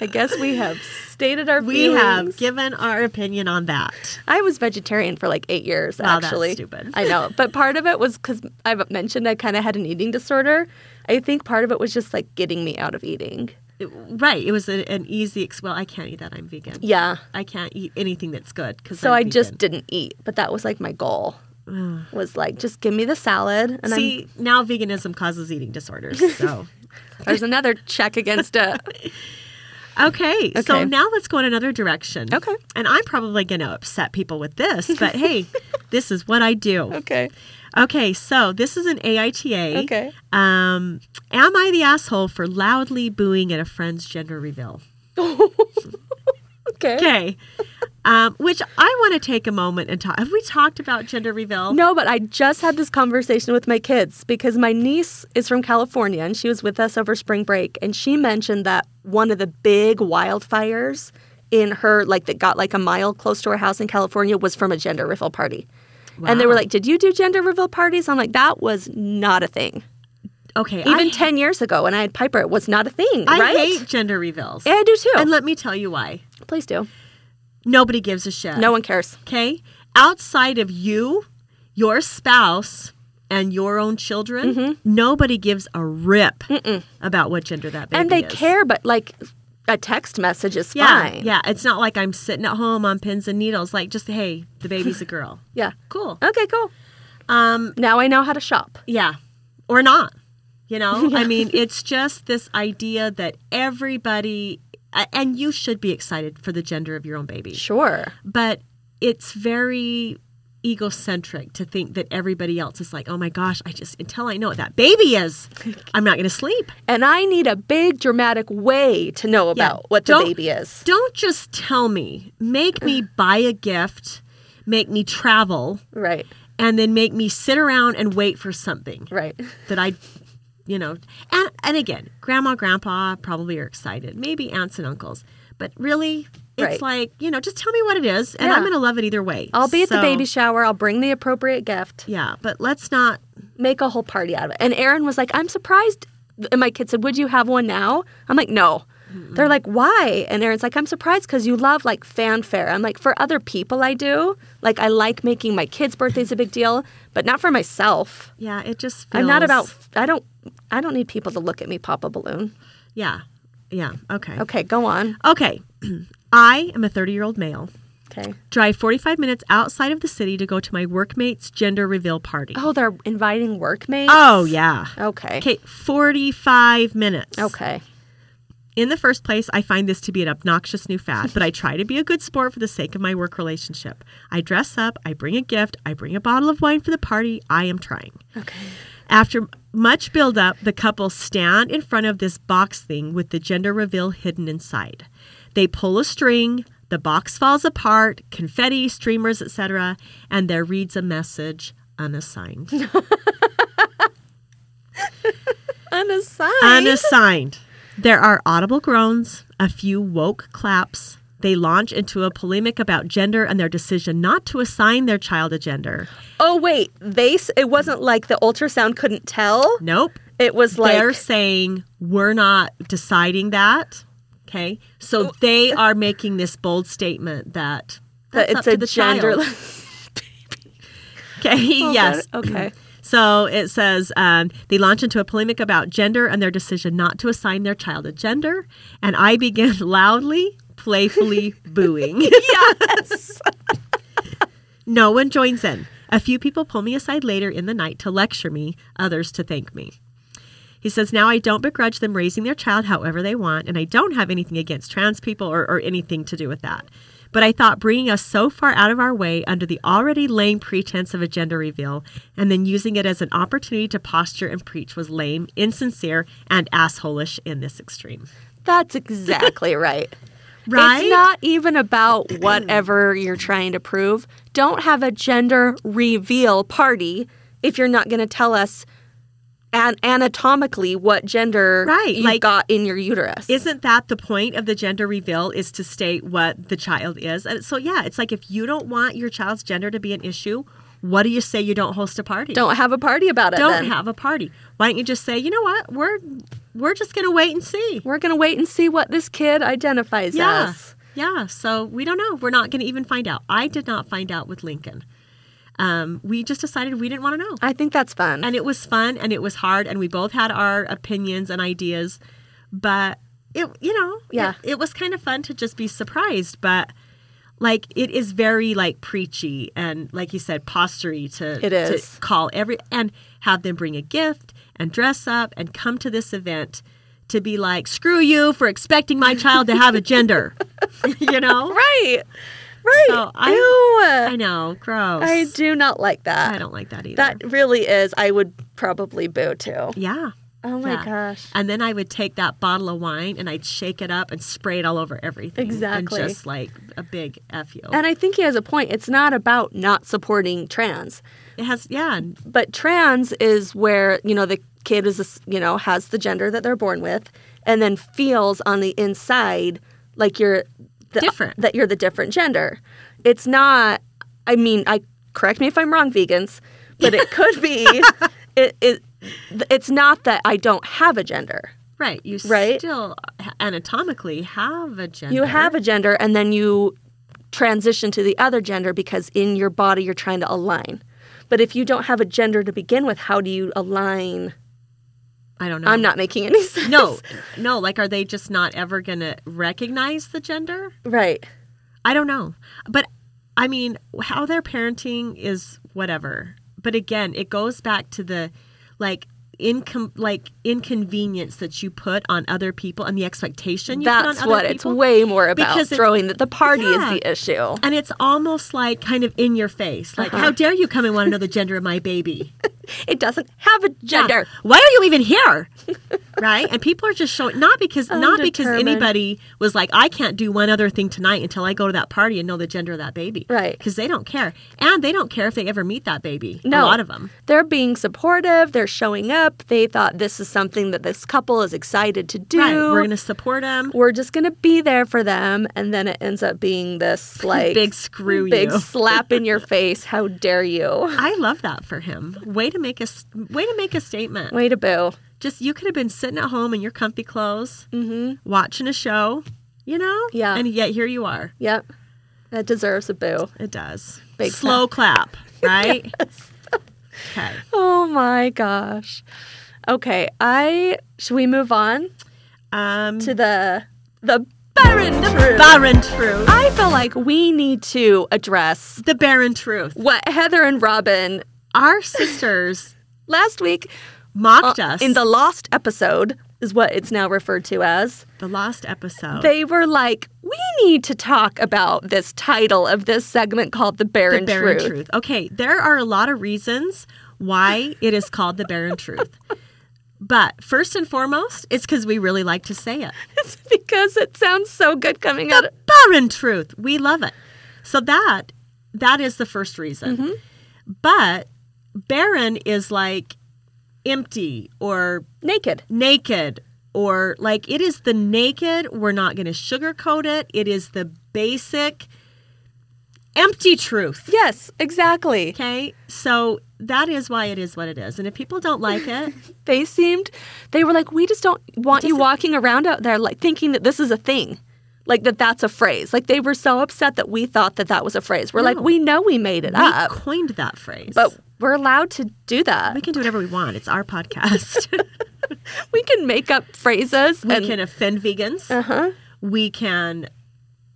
I guess we have stated our We feelings. have given our opinion on that. I was vegetarian for like eight years, Wow, that's actually. stupid. I know. But part of it was because I've mentioned I kind of had an eating disorder. I think part of it was just like getting me out of eating. It- right. It was a, an easy, ex- well, I can't eat that. I'm vegan. Yeah. I can't eat anything that's good. Cause So I'm I just vegan. didn't eat. But that was like my goal was like, just give me the salad. And See, now veganism causes [LAUGHS] eating disorders. So. I'm, there's another check against it. [LAUGHS] okay, So Okay. now let's go in another direction. Okay. And I'm probably going to upset people with this, [LAUGHS] but hey, this is what I do. Okay. Okay. So this is an AITA. Okay. Um, am I the asshole for loudly booing at a friend's gender reveal? Okay. Okay. Um, which I want to take a moment and talk. Have we talked about gender reveal? No, but I just had this conversation with my kids because my niece is from California and she was with us over spring break and she mentioned that one of the big wildfires in her like that got like a mile close to her house in California was from a gender reveal party. And they were Wow. like, "Did you do gender reveal parties?" I'm like, "That was not a thing. Okay. Even I, 10 years ago when I had Piper, it was not a thing, I right?" hate gender reveals. yeah, I do too. and let me tell you why. Please do. Nobody gives a shit. No one cares. Okay. Outside of you, your spouse, and your own children, Mm-hmm. nobody gives a rip about what gender that baby And they is. care, but like a text message is Yeah, fine. yeah. It's not like I'm sitting at home on pins and needles. Like, just hey, the baby's a girl. [LAUGHS] Yeah. Cool. Okay, cool. Um, Now I know how to shop. yeah, or not. You know, I mean, it's just this idea that everybody, a- and you should be excited for the gender of your own baby, Sure. but it's very egocentric to think that everybody else is like, oh my gosh, I just, until I know what that baby is, I'm not going to sleep. And I need a big dramatic way to know about what the Don't- baby is. Don't just tell me, make me buy a gift, make me travel. Right. and then make me sit around and wait for something Right. that I, you know, and, and again, grandma, grandpa probably are excited, maybe aunts and uncles, but really, Right. it's like, you know, just tell me what it is, and I'm Yeah. going to love it either way. I'll be at the So, baby shower. I'll bring the appropriate gift. Yeah, but let's not. Make a whole party out of it. And Aaron was like, I'm surprised. And my kid said, Would you have one now? I'm like, No. They're like, Why? And Aaron's like, I'm surprised because you love like fanfare. I'm like, For other people, I do. Like, I like making my kids' birthdays a big deal, but not for myself. Yeah, it just. Feels, I'm not about, I don't. I don't need people to look at me pop a balloon. Yeah, yeah. Okay. Okay, go on. Okay. [CLEARS THROAT] I am a 30 year old male. Okay. Drive 45 minutes outside of the city to go to my workmate's gender reveal party. Oh, they're inviting workmates. Oh, yeah. Okay. Okay, 45 minutes. Okay. In the first place, I find this to be an obnoxious new fad, but I try to be a good sport for the sake of my work relationship. I dress up, I bring a gift, I bring a bottle of wine for the party. I am trying. Okay. After much build up, the couple stand in front of this box thing with the gender reveal hidden inside. They pull a string, the box falls apart, confetti, streamers, etc., and there reads a message unassigned. Unassigned. Unassigned. There are audible groans, a few woke claps. They launch into a polemic about gender and their decision not to assign their child a gender. Oh wait, they s- it wasn't like the ultrasound couldn't tell. Nope. It was like They're saying we're not deciding that. Okay. Oh. So they are making this bold statement that that that's up it's to a the child. [LAUGHS] genderless. Okay. [LAUGHS] yes. Okay. So it says um, they launch into a polemic about gender and their decision not to assign their child a gender. And I begin [LAUGHS] loudly, playfully booing. yes. No one joins in. A few people pull me aside later in the night to lecture me, others to thank me. He says, Now I don't begrudge them raising their child however they want, and I don't have anything against trans people or, or anything to do with that. But I thought bringing us so far out of our way under the already lame pretense of a gender reveal and then using it as an opportunity to posture and preach was lame, insincere, and assholish in this extreme. That's exactly right. Right? It's not even about whatever you're trying to prove. Don't have a gender reveal party if you're not going to tell us an- anatomically what gender Right, you like- got in your uterus. Isn't that the point of the gender reveal is to state what the child is? And so yeah, it's like if you don't want your child's gender to be an issue, what do you say you don't host a party? Don't have a party about it. Don't then. have a party. Why don't you just say, "You know what? We're we're just going to wait and see." We're going to wait and see what this kid identifies Yeah. as. Yeah, so we don't know. We're not going to even find out. I did not find out with Lincoln. Um, we just decided we didn't want to know. I think that's fun. and it was fun and it was hard and we both had our opinions and ideas but it you know Yeah. it, it was kind of fun to just be surprised but like it is very like preachy and like you said postery to It to is. call every and have them bring a gift and dress up and come to this event to be like screw you for expecting my child to have a gender [LAUGHS] you know [LAUGHS] right. Right. So I- Ew. i know gross I do not like I that. don't like that either That really is. I would probably boo too. yeah Oh my Yeah. gosh. And then I would take that bottle of wine and I'd shake it up and spray it all over everything. Exactly. And just like a big F you. And I think he has a point. It's not about not supporting trans, It has, yeah. and- but trans is where, you know, the kid is, a s- you know, has the gender that they're born with and then feels on the inside like you're the, Different. That you're the different gender. It's not, I mean, I correct me if I'm wrong, vegans, but it could be, it, it, it's not that I don't have a gender. Right. You Right? still anatomically have a gender. You have a gender and then you transition to the other gender because in your body you're trying to align. But if you don't have a gender to begin with, how do you align? I don't know. I'm not making any [LAUGHS] sense. Um, No, no. Like, are they just not ever going to recognize the gender? Right. I don't know. But I mean, how they're parenting is whatever. But again, it goes back to the like income like inconvenience that you put on other people and the expectation you put on That's other what people. it's way more about. Because it's- throwing that the party Yeah. is the issue. and it's almost like kind of in your face. Like, Uh-huh. how dare you come [LAUGHS] and want to know the gender of my baby? It doesn't have a Yeah. gender. Why are you even here? right? And people are just showing not because not because Undetermined. anybody was like, I can't do one other thing tonight until I go to that party and know the gender of that baby, Right. Because they don't care, and they don't care if they ever meet that baby. a No. lot of them, They're being supportive. They're showing up. They thought this is something that this couple is excited to do. right? We're going to support them. We're just going to be there for them. And then it ends up being this like [LAUGHS] Big screw big you. slap in your face. How dare you? [LAUGHS] I love that for him. Way to make a s- way to make a statement. Way to boo. Just you could have been sitting at home in your comfy clothes, watching a show, you know? Mm-hmm. Yeah. And yet here you are. Yep. That deserves a boo. It does. Big slow clap, [LAUGHS] right? Okay. Oh my gosh. Okay, I should we move on Um, to the the barren truth? barren truth. I feel like we need to address The barren truth. what Heather and Robin Our sisters last week mocked us Uh, in the lost episode is what it's now referred to as. the last episode. They were like, "We need to talk about this title of this segment called the the barren, barren truth." truth. Okay, there are a lot of reasons why it is called the [LAUGHS] barren truth. But first and foremost, it's because we really like to say it. It's [LAUGHS] because it sounds so good coming out. the barren truth. We love it. So that that is the first reason. Mm-hmm. But barren is like empty or Naked. naked or like it is the naked. We're not going to sugarcoat it. It is the basic empty truth. Yes, exactly. Okay? So that is why it is what it is. And if people don't [LAUGHS] like it, they seemed they were like we just don't want you walking around out there like thinking that this is a thing like that that's a phrase like they were so upset that we thought that that was a phrase we're like No. we know we made it we up coined that phrase. but we're allowed to do that we can do whatever we want. It's our [LAUGHS] podcast. we can make up phrases we and can offend vegans. uh-huh, We can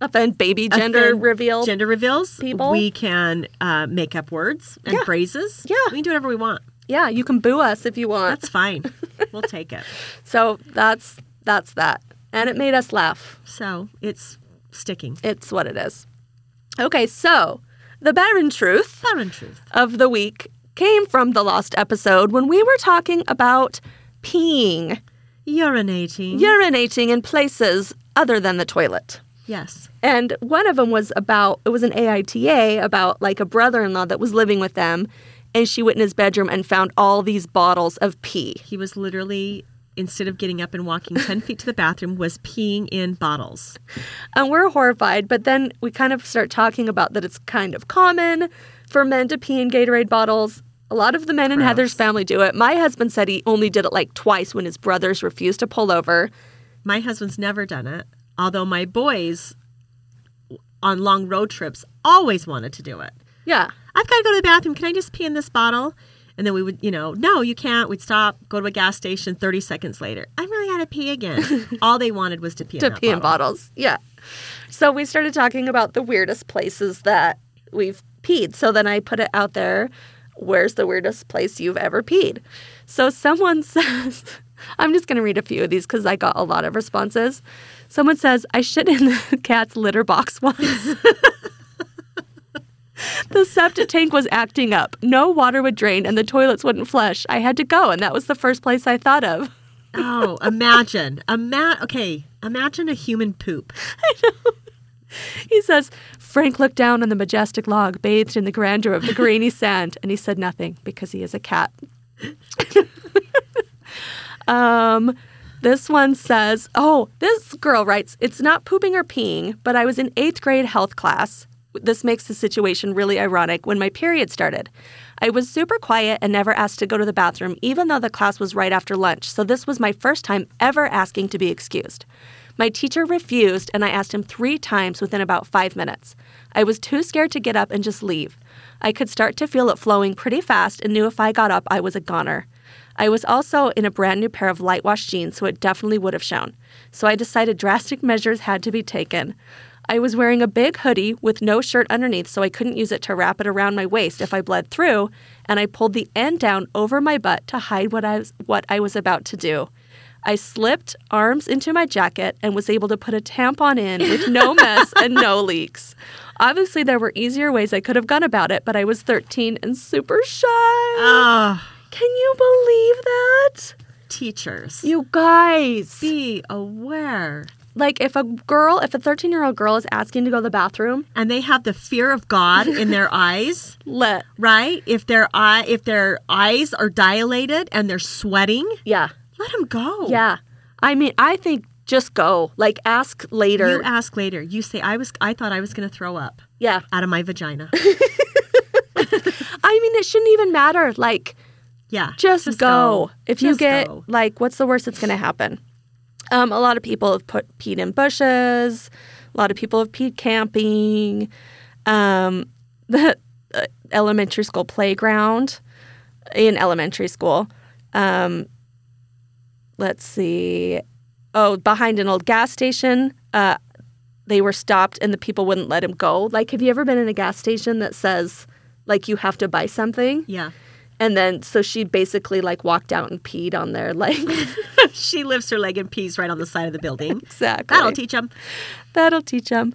offend baby gender offend reveal gender reveals people. we can uh, make up words and Yeah. phrases Yeah. we can do whatever we want yeah you can boo us if you want that's fine [LAUGHS] we'll take it so that's that's that and it made us laugh so it's sticking it's what it is okay so the barren truth barren truth of the week came from the lost episode when we were talking about peeing, urinating urinating in places other than the toilet. yes And one of them was about, it was an AITA about like a brother in law that was living with them. And she went in his bedroom and found all these bottles of pee. he was literally instead of getting up and walking 10 feet to the bathroom was peeing in bottles And we're horrified, but then we kind of start talking about that it's kind of common for men to pee in Gatorade bottles. A lot of the men in Heather's family do it. My husband said he only did it like twice when his brothers refused to pull over. my husband's never done it although my boys on long road trips always wanted to do it Yeah. I've got to go to the bathroom. Can I just pee in this bottle? And then we would, you know, no, you can't. We'd stop, go to a gas station 30 seconds later. I really got to pee [LAUGHS] again. All they wanted was to pee to in that pee in bottle. bottles. Yeah. So we started talking about the weirdest places that we've peed. So then I put it out there where's the weirdest place you've ever peed? So someone [LAUGHS] says, I'm just going to read a few of these because I got a lot of responses. Someone says, I shit in the [LAUGHS] cat's litter box once. [LAUGHS] the septic tank was acting up. No water would drain and the toilets wouldn't flush. I had to go, and that was the first place I thought of. Oh, imagine. Ima- okay, imagine a human [GASPS] poop. He says, Frank looked down on the majestic log bathed in the grandeur of the grainy sand, and he said nothing because he is a cat. um, this one says, Oh, this girl writes, It's not pooping or peeing, but I was in eighth grade health class. This makes the situation really ironic when my period started. I was super quiet and never asked to go to the bathroom, even though the class was right after lunch, so this was my first time ever asking to be excused. My teacher refused, and I asked him three times within about five minutes. I was too scared to get up and just leave. I could start to feel it flowing pretty fast and knew if I got up, I was a goner. I was also in a brand new pair of light wash jeans, so it definitely would have shown. So I decided drastic measures had to be taken. I was wearing a big hoodie with no shirt underneath, so I couldn't use it to wrap it around my waist if I bled through, and I pulled the end down over my butt to hide what I was, what I was about to do. I slipped arms into my jacket and was able to put a tampon in with no mess and no leaks. Obviously, there were easier ways I could have gone about it, but I was 13 and super shy. Oh, Can you believe that? teachers. You guys. Be aware. Like if a girl, if a 13-year-old girl is asking to go to the bathroom, And they have the fear of God [LAUGHS] in their eyes, let right? If their eye, if their eyes are dilated and they're sweating, yeah. let them go. Yeah. I mean, I think just go. Like ask later. You ask later. You say, "I was. I thought I was going to throw up yeah. out of my vagina." I mean, it shouldn't even matter. Like Yeah. just, go. If you Just get go. like, what's the worst that's going to happen? Um, a lot of people have put peed in bushes. A lot of people have peed camping. Um, [LAUGHS] the uh, elementary school playground in elementary school. Um, let's see. Oh, behind an old gas station. Uh, they were stopped and the people wouldn't let him go. Like, have you ever been in a gas station that says, like, you have to buy something? [LAUGHS] Yeah. And then so she basically like walked out and peed on there [LAUGHS] like she lifts her leg and pees right on the side of [LAUGHS] the building. exactly. That'll teach them. That'll teach them.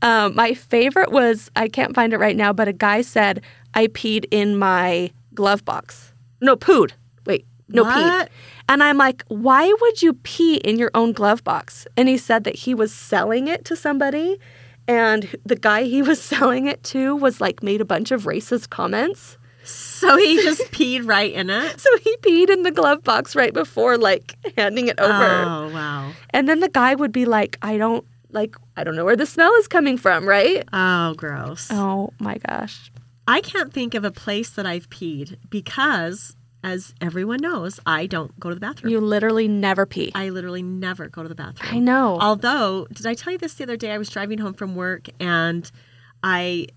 Um, my favorite was I can't find it right now, but a guy said I peed in my glove box. No, pooed. Wait, no peed. What? And I'm like, why would you pee in your own glove box? And he said that he was selling it to somebody, and the guy he was [LAUGHS] selling it to was like made a bunch of racist comments. So he [LAUGHS] just peed right in it. So he peed in the glove box right before like handing it over. Oh wow. And then the guy would be like, I don't like I don't know where the smell is coming from, right? Oh gross. Oh my gosh. I can't think of a place that I've peed because, as everyone knows, I don't go to the bathroom. You literally never pee. I literally never go to the bathroom. I know. Oh, Although, did I tell you this the other day? I was driving home from work and I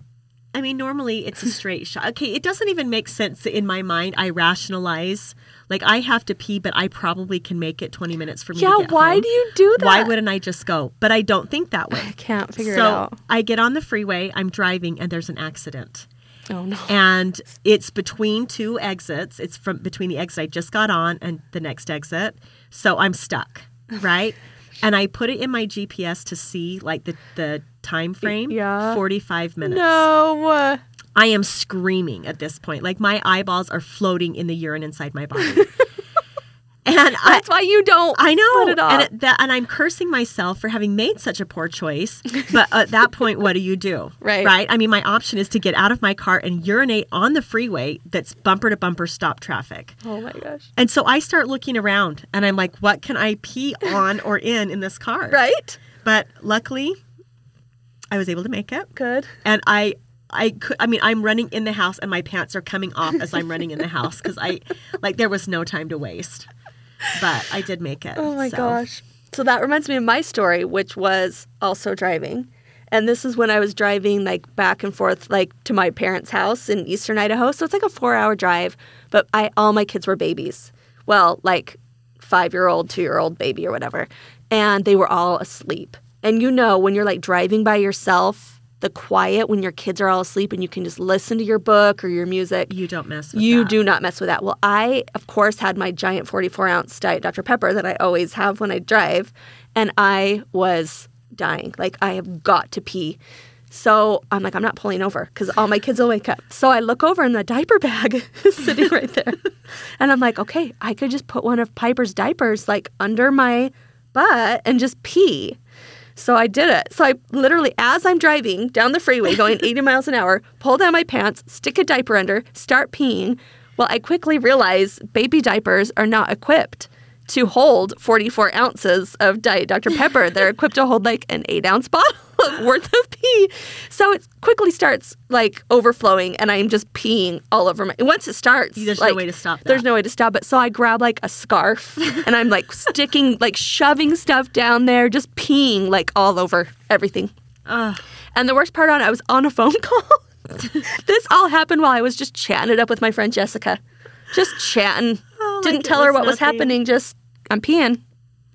I mean, [LAUGHS] normally it's a straight shot. Okay, it doesn't even make sense in my mind. I rationalize like I have to pee, but I probably can make it 20 minutes for me to yeah, get why home. do you do that? Why wouldn't I just go? But I don't think that way. I can't [LAUGHS] figure so it out? I get on the freeway, I'm driving and there's an accident Oh no. and it's between two exits. It's from between the exit I just got on and the next exit. So I'm stuck, [SIGHS] right? and I put it in my GPS to see like the the time frame, Yeah. 45 minutes. No. I am screaming at this point. Like my eyeballs are floating in the urine inside my [LAUGHS] body. and I, That's why you don't I know. put it off. And, it, that, and I'm cursing myself for having made such a poor choice. But [LAUGHS] at that point, what do you do? Right. Right. I mean, my option is to get out of my car and urinate on the freeway that's bumper to bumper stop traffic. oh my gosh. And so I start looking around and I'm like, what can I pee on or in in this car? [LAUGHS] Right? But luckily, I was able to make it. Good. And I. I could, I mean, I'm running in the house and my pants are coming off as I'm running in the house because I, like, there was no time to waste. But I did make it. Oh my so. gosh. So that reminds me of my story, which was also driving. And this is when I was driving like back and forth like to my parents' house in eastern Idaho. So it's like a four hour drive, but I all my kids were babies. Well, like five year old, two year old baby or whatever. And they were all asleep. And you know, when you're like driving by yourself, the quiet when your kids are all asleep and you can just listen to your book or your music. You don't mess with You that. do not mess with that. Well, I, of course, had my giant 44 ounce Diet Dr. Pepper that I always have when I drive, and I was dying. Like, I have got to pee. So I'm like, I'm not pulling over because all my kids will wake up. So I look over and the diaper bag [LAUGHS] is sitting right [LAUGHS] there. And I'm like, okay, I could just put one of Piper's diapers like under my butt and just pee. So I did it. So I literally, as I'm driving down the freeway going 80 [LAUGHS] miles an hour, pull down my pants, stick a diaper under, start peeing. Well, I quickly realize baby diapers are not equipped to hold 44 ounces of Diet Dr. Pepper. [LAUGHS] They're equipped to hold like an eight ounce bottle [LAUGHS] of worth of pee. So it quickly starts like overflowing, and I'm just peeing all over my. Once it starts, There's no like, way to stop that. There's no way to stop it. So I grab like a [LAUGHS] scarf and I'm like sticking, like shoving stuff down there, just peeing like all over everything. Ugh. And the worst part on, it, I was on a phone [LAUGHS] call. this all happened while I was just chatting it up with my friend Jessica. Just chatting. Oh, like Didn't it tell her was what was nothing. happening, just I'm peeing.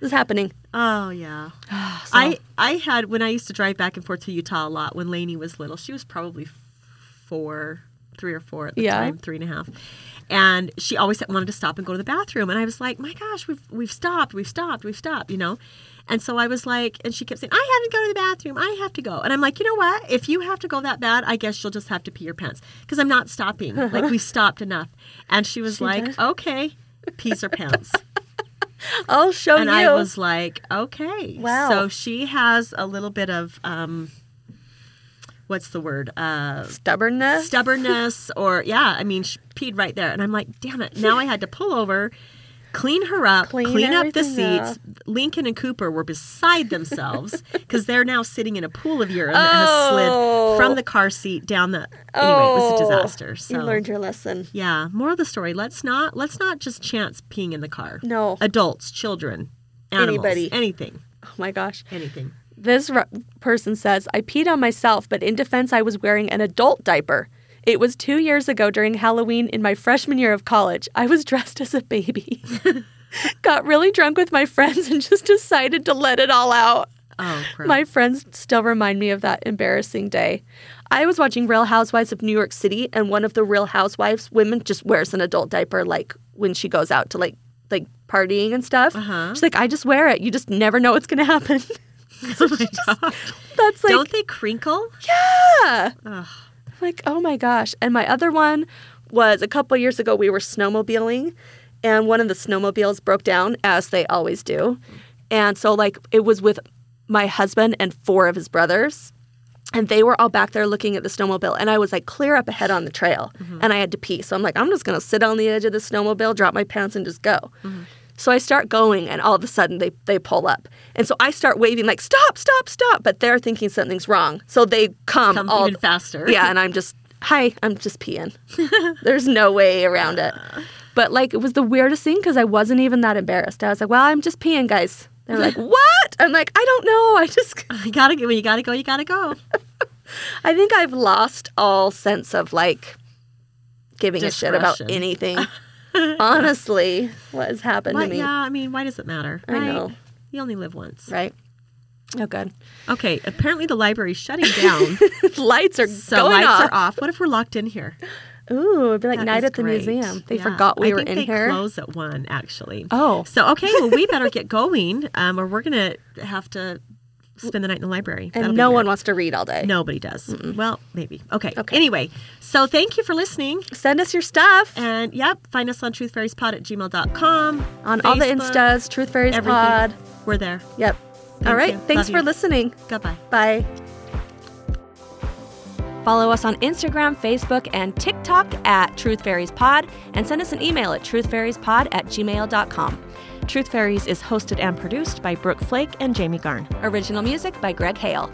This is happening. Oh [SIGHS] yeah. I I had when I used to drive back and forth to Utah a lot when Lainey was little. She was probably four, three or four at the Yeah. time, three and a half, and she always wanted to stop and go to the bathroom. And I was like, my gosh, we've we've stopped, we've stopped, we've stopped, you know. And so I was like, and she kept saying, I haven't go to the bathroom. I have to go. And I'm like, you know what? If you have to go that bad, I guess you'll just have to pee your pants because I'm [LAUGHS] not stopping. Like, we've stopped enough. And she was like, okay, pees her pants. I'll show and Oh, you. I was like, okay. Wow. So she has a little bit of um, what's the word? Uh, Stubbornness. stubbornness, or yeah. I mean, she peed right there, and I'm like, damn it! Now I had to pull over, clean her up, Clean clean, up the everything seats. Lincoln and Cooper were [LAUGHS] beside themselves because they're now sitting in a pool of urine that has Oh. slid from the car seat down the. Anyway, it was a Oh, disaster. So. You learned your lesson. Yeah, more of the story. Let's not let's not just chance peeing in the car. No. Adults, children, animals, Anybody. anything, Oh my gosh. anything. This r- person says, I peed on myself, but in defense, I was wearing an adult diaper. It was two years ago during Halloween in my freshman year of college. I was dressed as a baby. [LAUGHS] Got really drunk with my friends and just decided to let it all out. [LAUGHS] Oh, crap. My friends still remind me of that embarrassing day. I was watching Real Housewives of New York City, and one of the Real Housewives women just wears an adult diaper, like when she goes out to like like partying and stuff. Uh-huh. She's like, I just wear it. You just never know what's gonna happen. [LAUGHS] So she just- that's like [LAUGHS] Don't they crinkle? yeah. Like, oh my gosh. And my other one was a couple years ago, we were snowmobiling, and one of the snowmobiles broke down, as they always do. And so, like, it was with my husband and four of his brothers. And they were all back there looking at the snowmobile. And I was like clear up ahead on the trail. Mm-hmm. And I had to pee. So I'm like, I'm just going to sit on the edge of the snowmobile, drop my pants, and just go. Mm-hmm. So I start going. And all of a sudden, they, they pull up. And so I start waving, like, stop, stop, stop. But they're thinking something's wrong. So they come, Come all, even faster. yeah, and I'm just, hi, I'm just peeing. [LAUGHS] There's no way around it. But like, it was the weirdest thing because I wasn't even that embarrassed. I was like, well, I'm just peeing, guys. They're [LAUGHS] like, what? I'm like, I don't know. I just, [LAUGHS] You gotta go. When you gotta go, you gotta go. I think I've lost all sense of like giving a shit about Discretion. [LAUGHS] anything. Honestly, what has happened Why- to me? yeah, I mean, why does it matter? I right? know. You only live once. Right? Oh, good. Okay. Apparently, the library's shutting down, [LAUGHS] lights are so going lights off. are off. What if we're locked in here? Ooh, it'd be like That night is at the great. museum. They Yeah. forgot we I were think in they here. Close at one, actually. Oh. So okay, [LAUGHS] well we better get going, um, or we're gonna have to spend the night in the library. That'll and be no weird. one wants to read all day. Nobody does. Well, maybe. Okay. Okay. Anyway, so thank you for listening. Send us your stuff. And yep, find us on truthfairiespod at gmail.com. on all the Facebook, instas truth fairies everything. pod We're there. yep all Thank right you. thanks Love for you. listening Goodbye. bye follow us on instagram facebook and tiktok at truth fairies pod and send us an email at truthfairiespod at gmail.com Truth Fairies is hosted and produced by Brooke Flake and Jamie Garn. original music by greg hale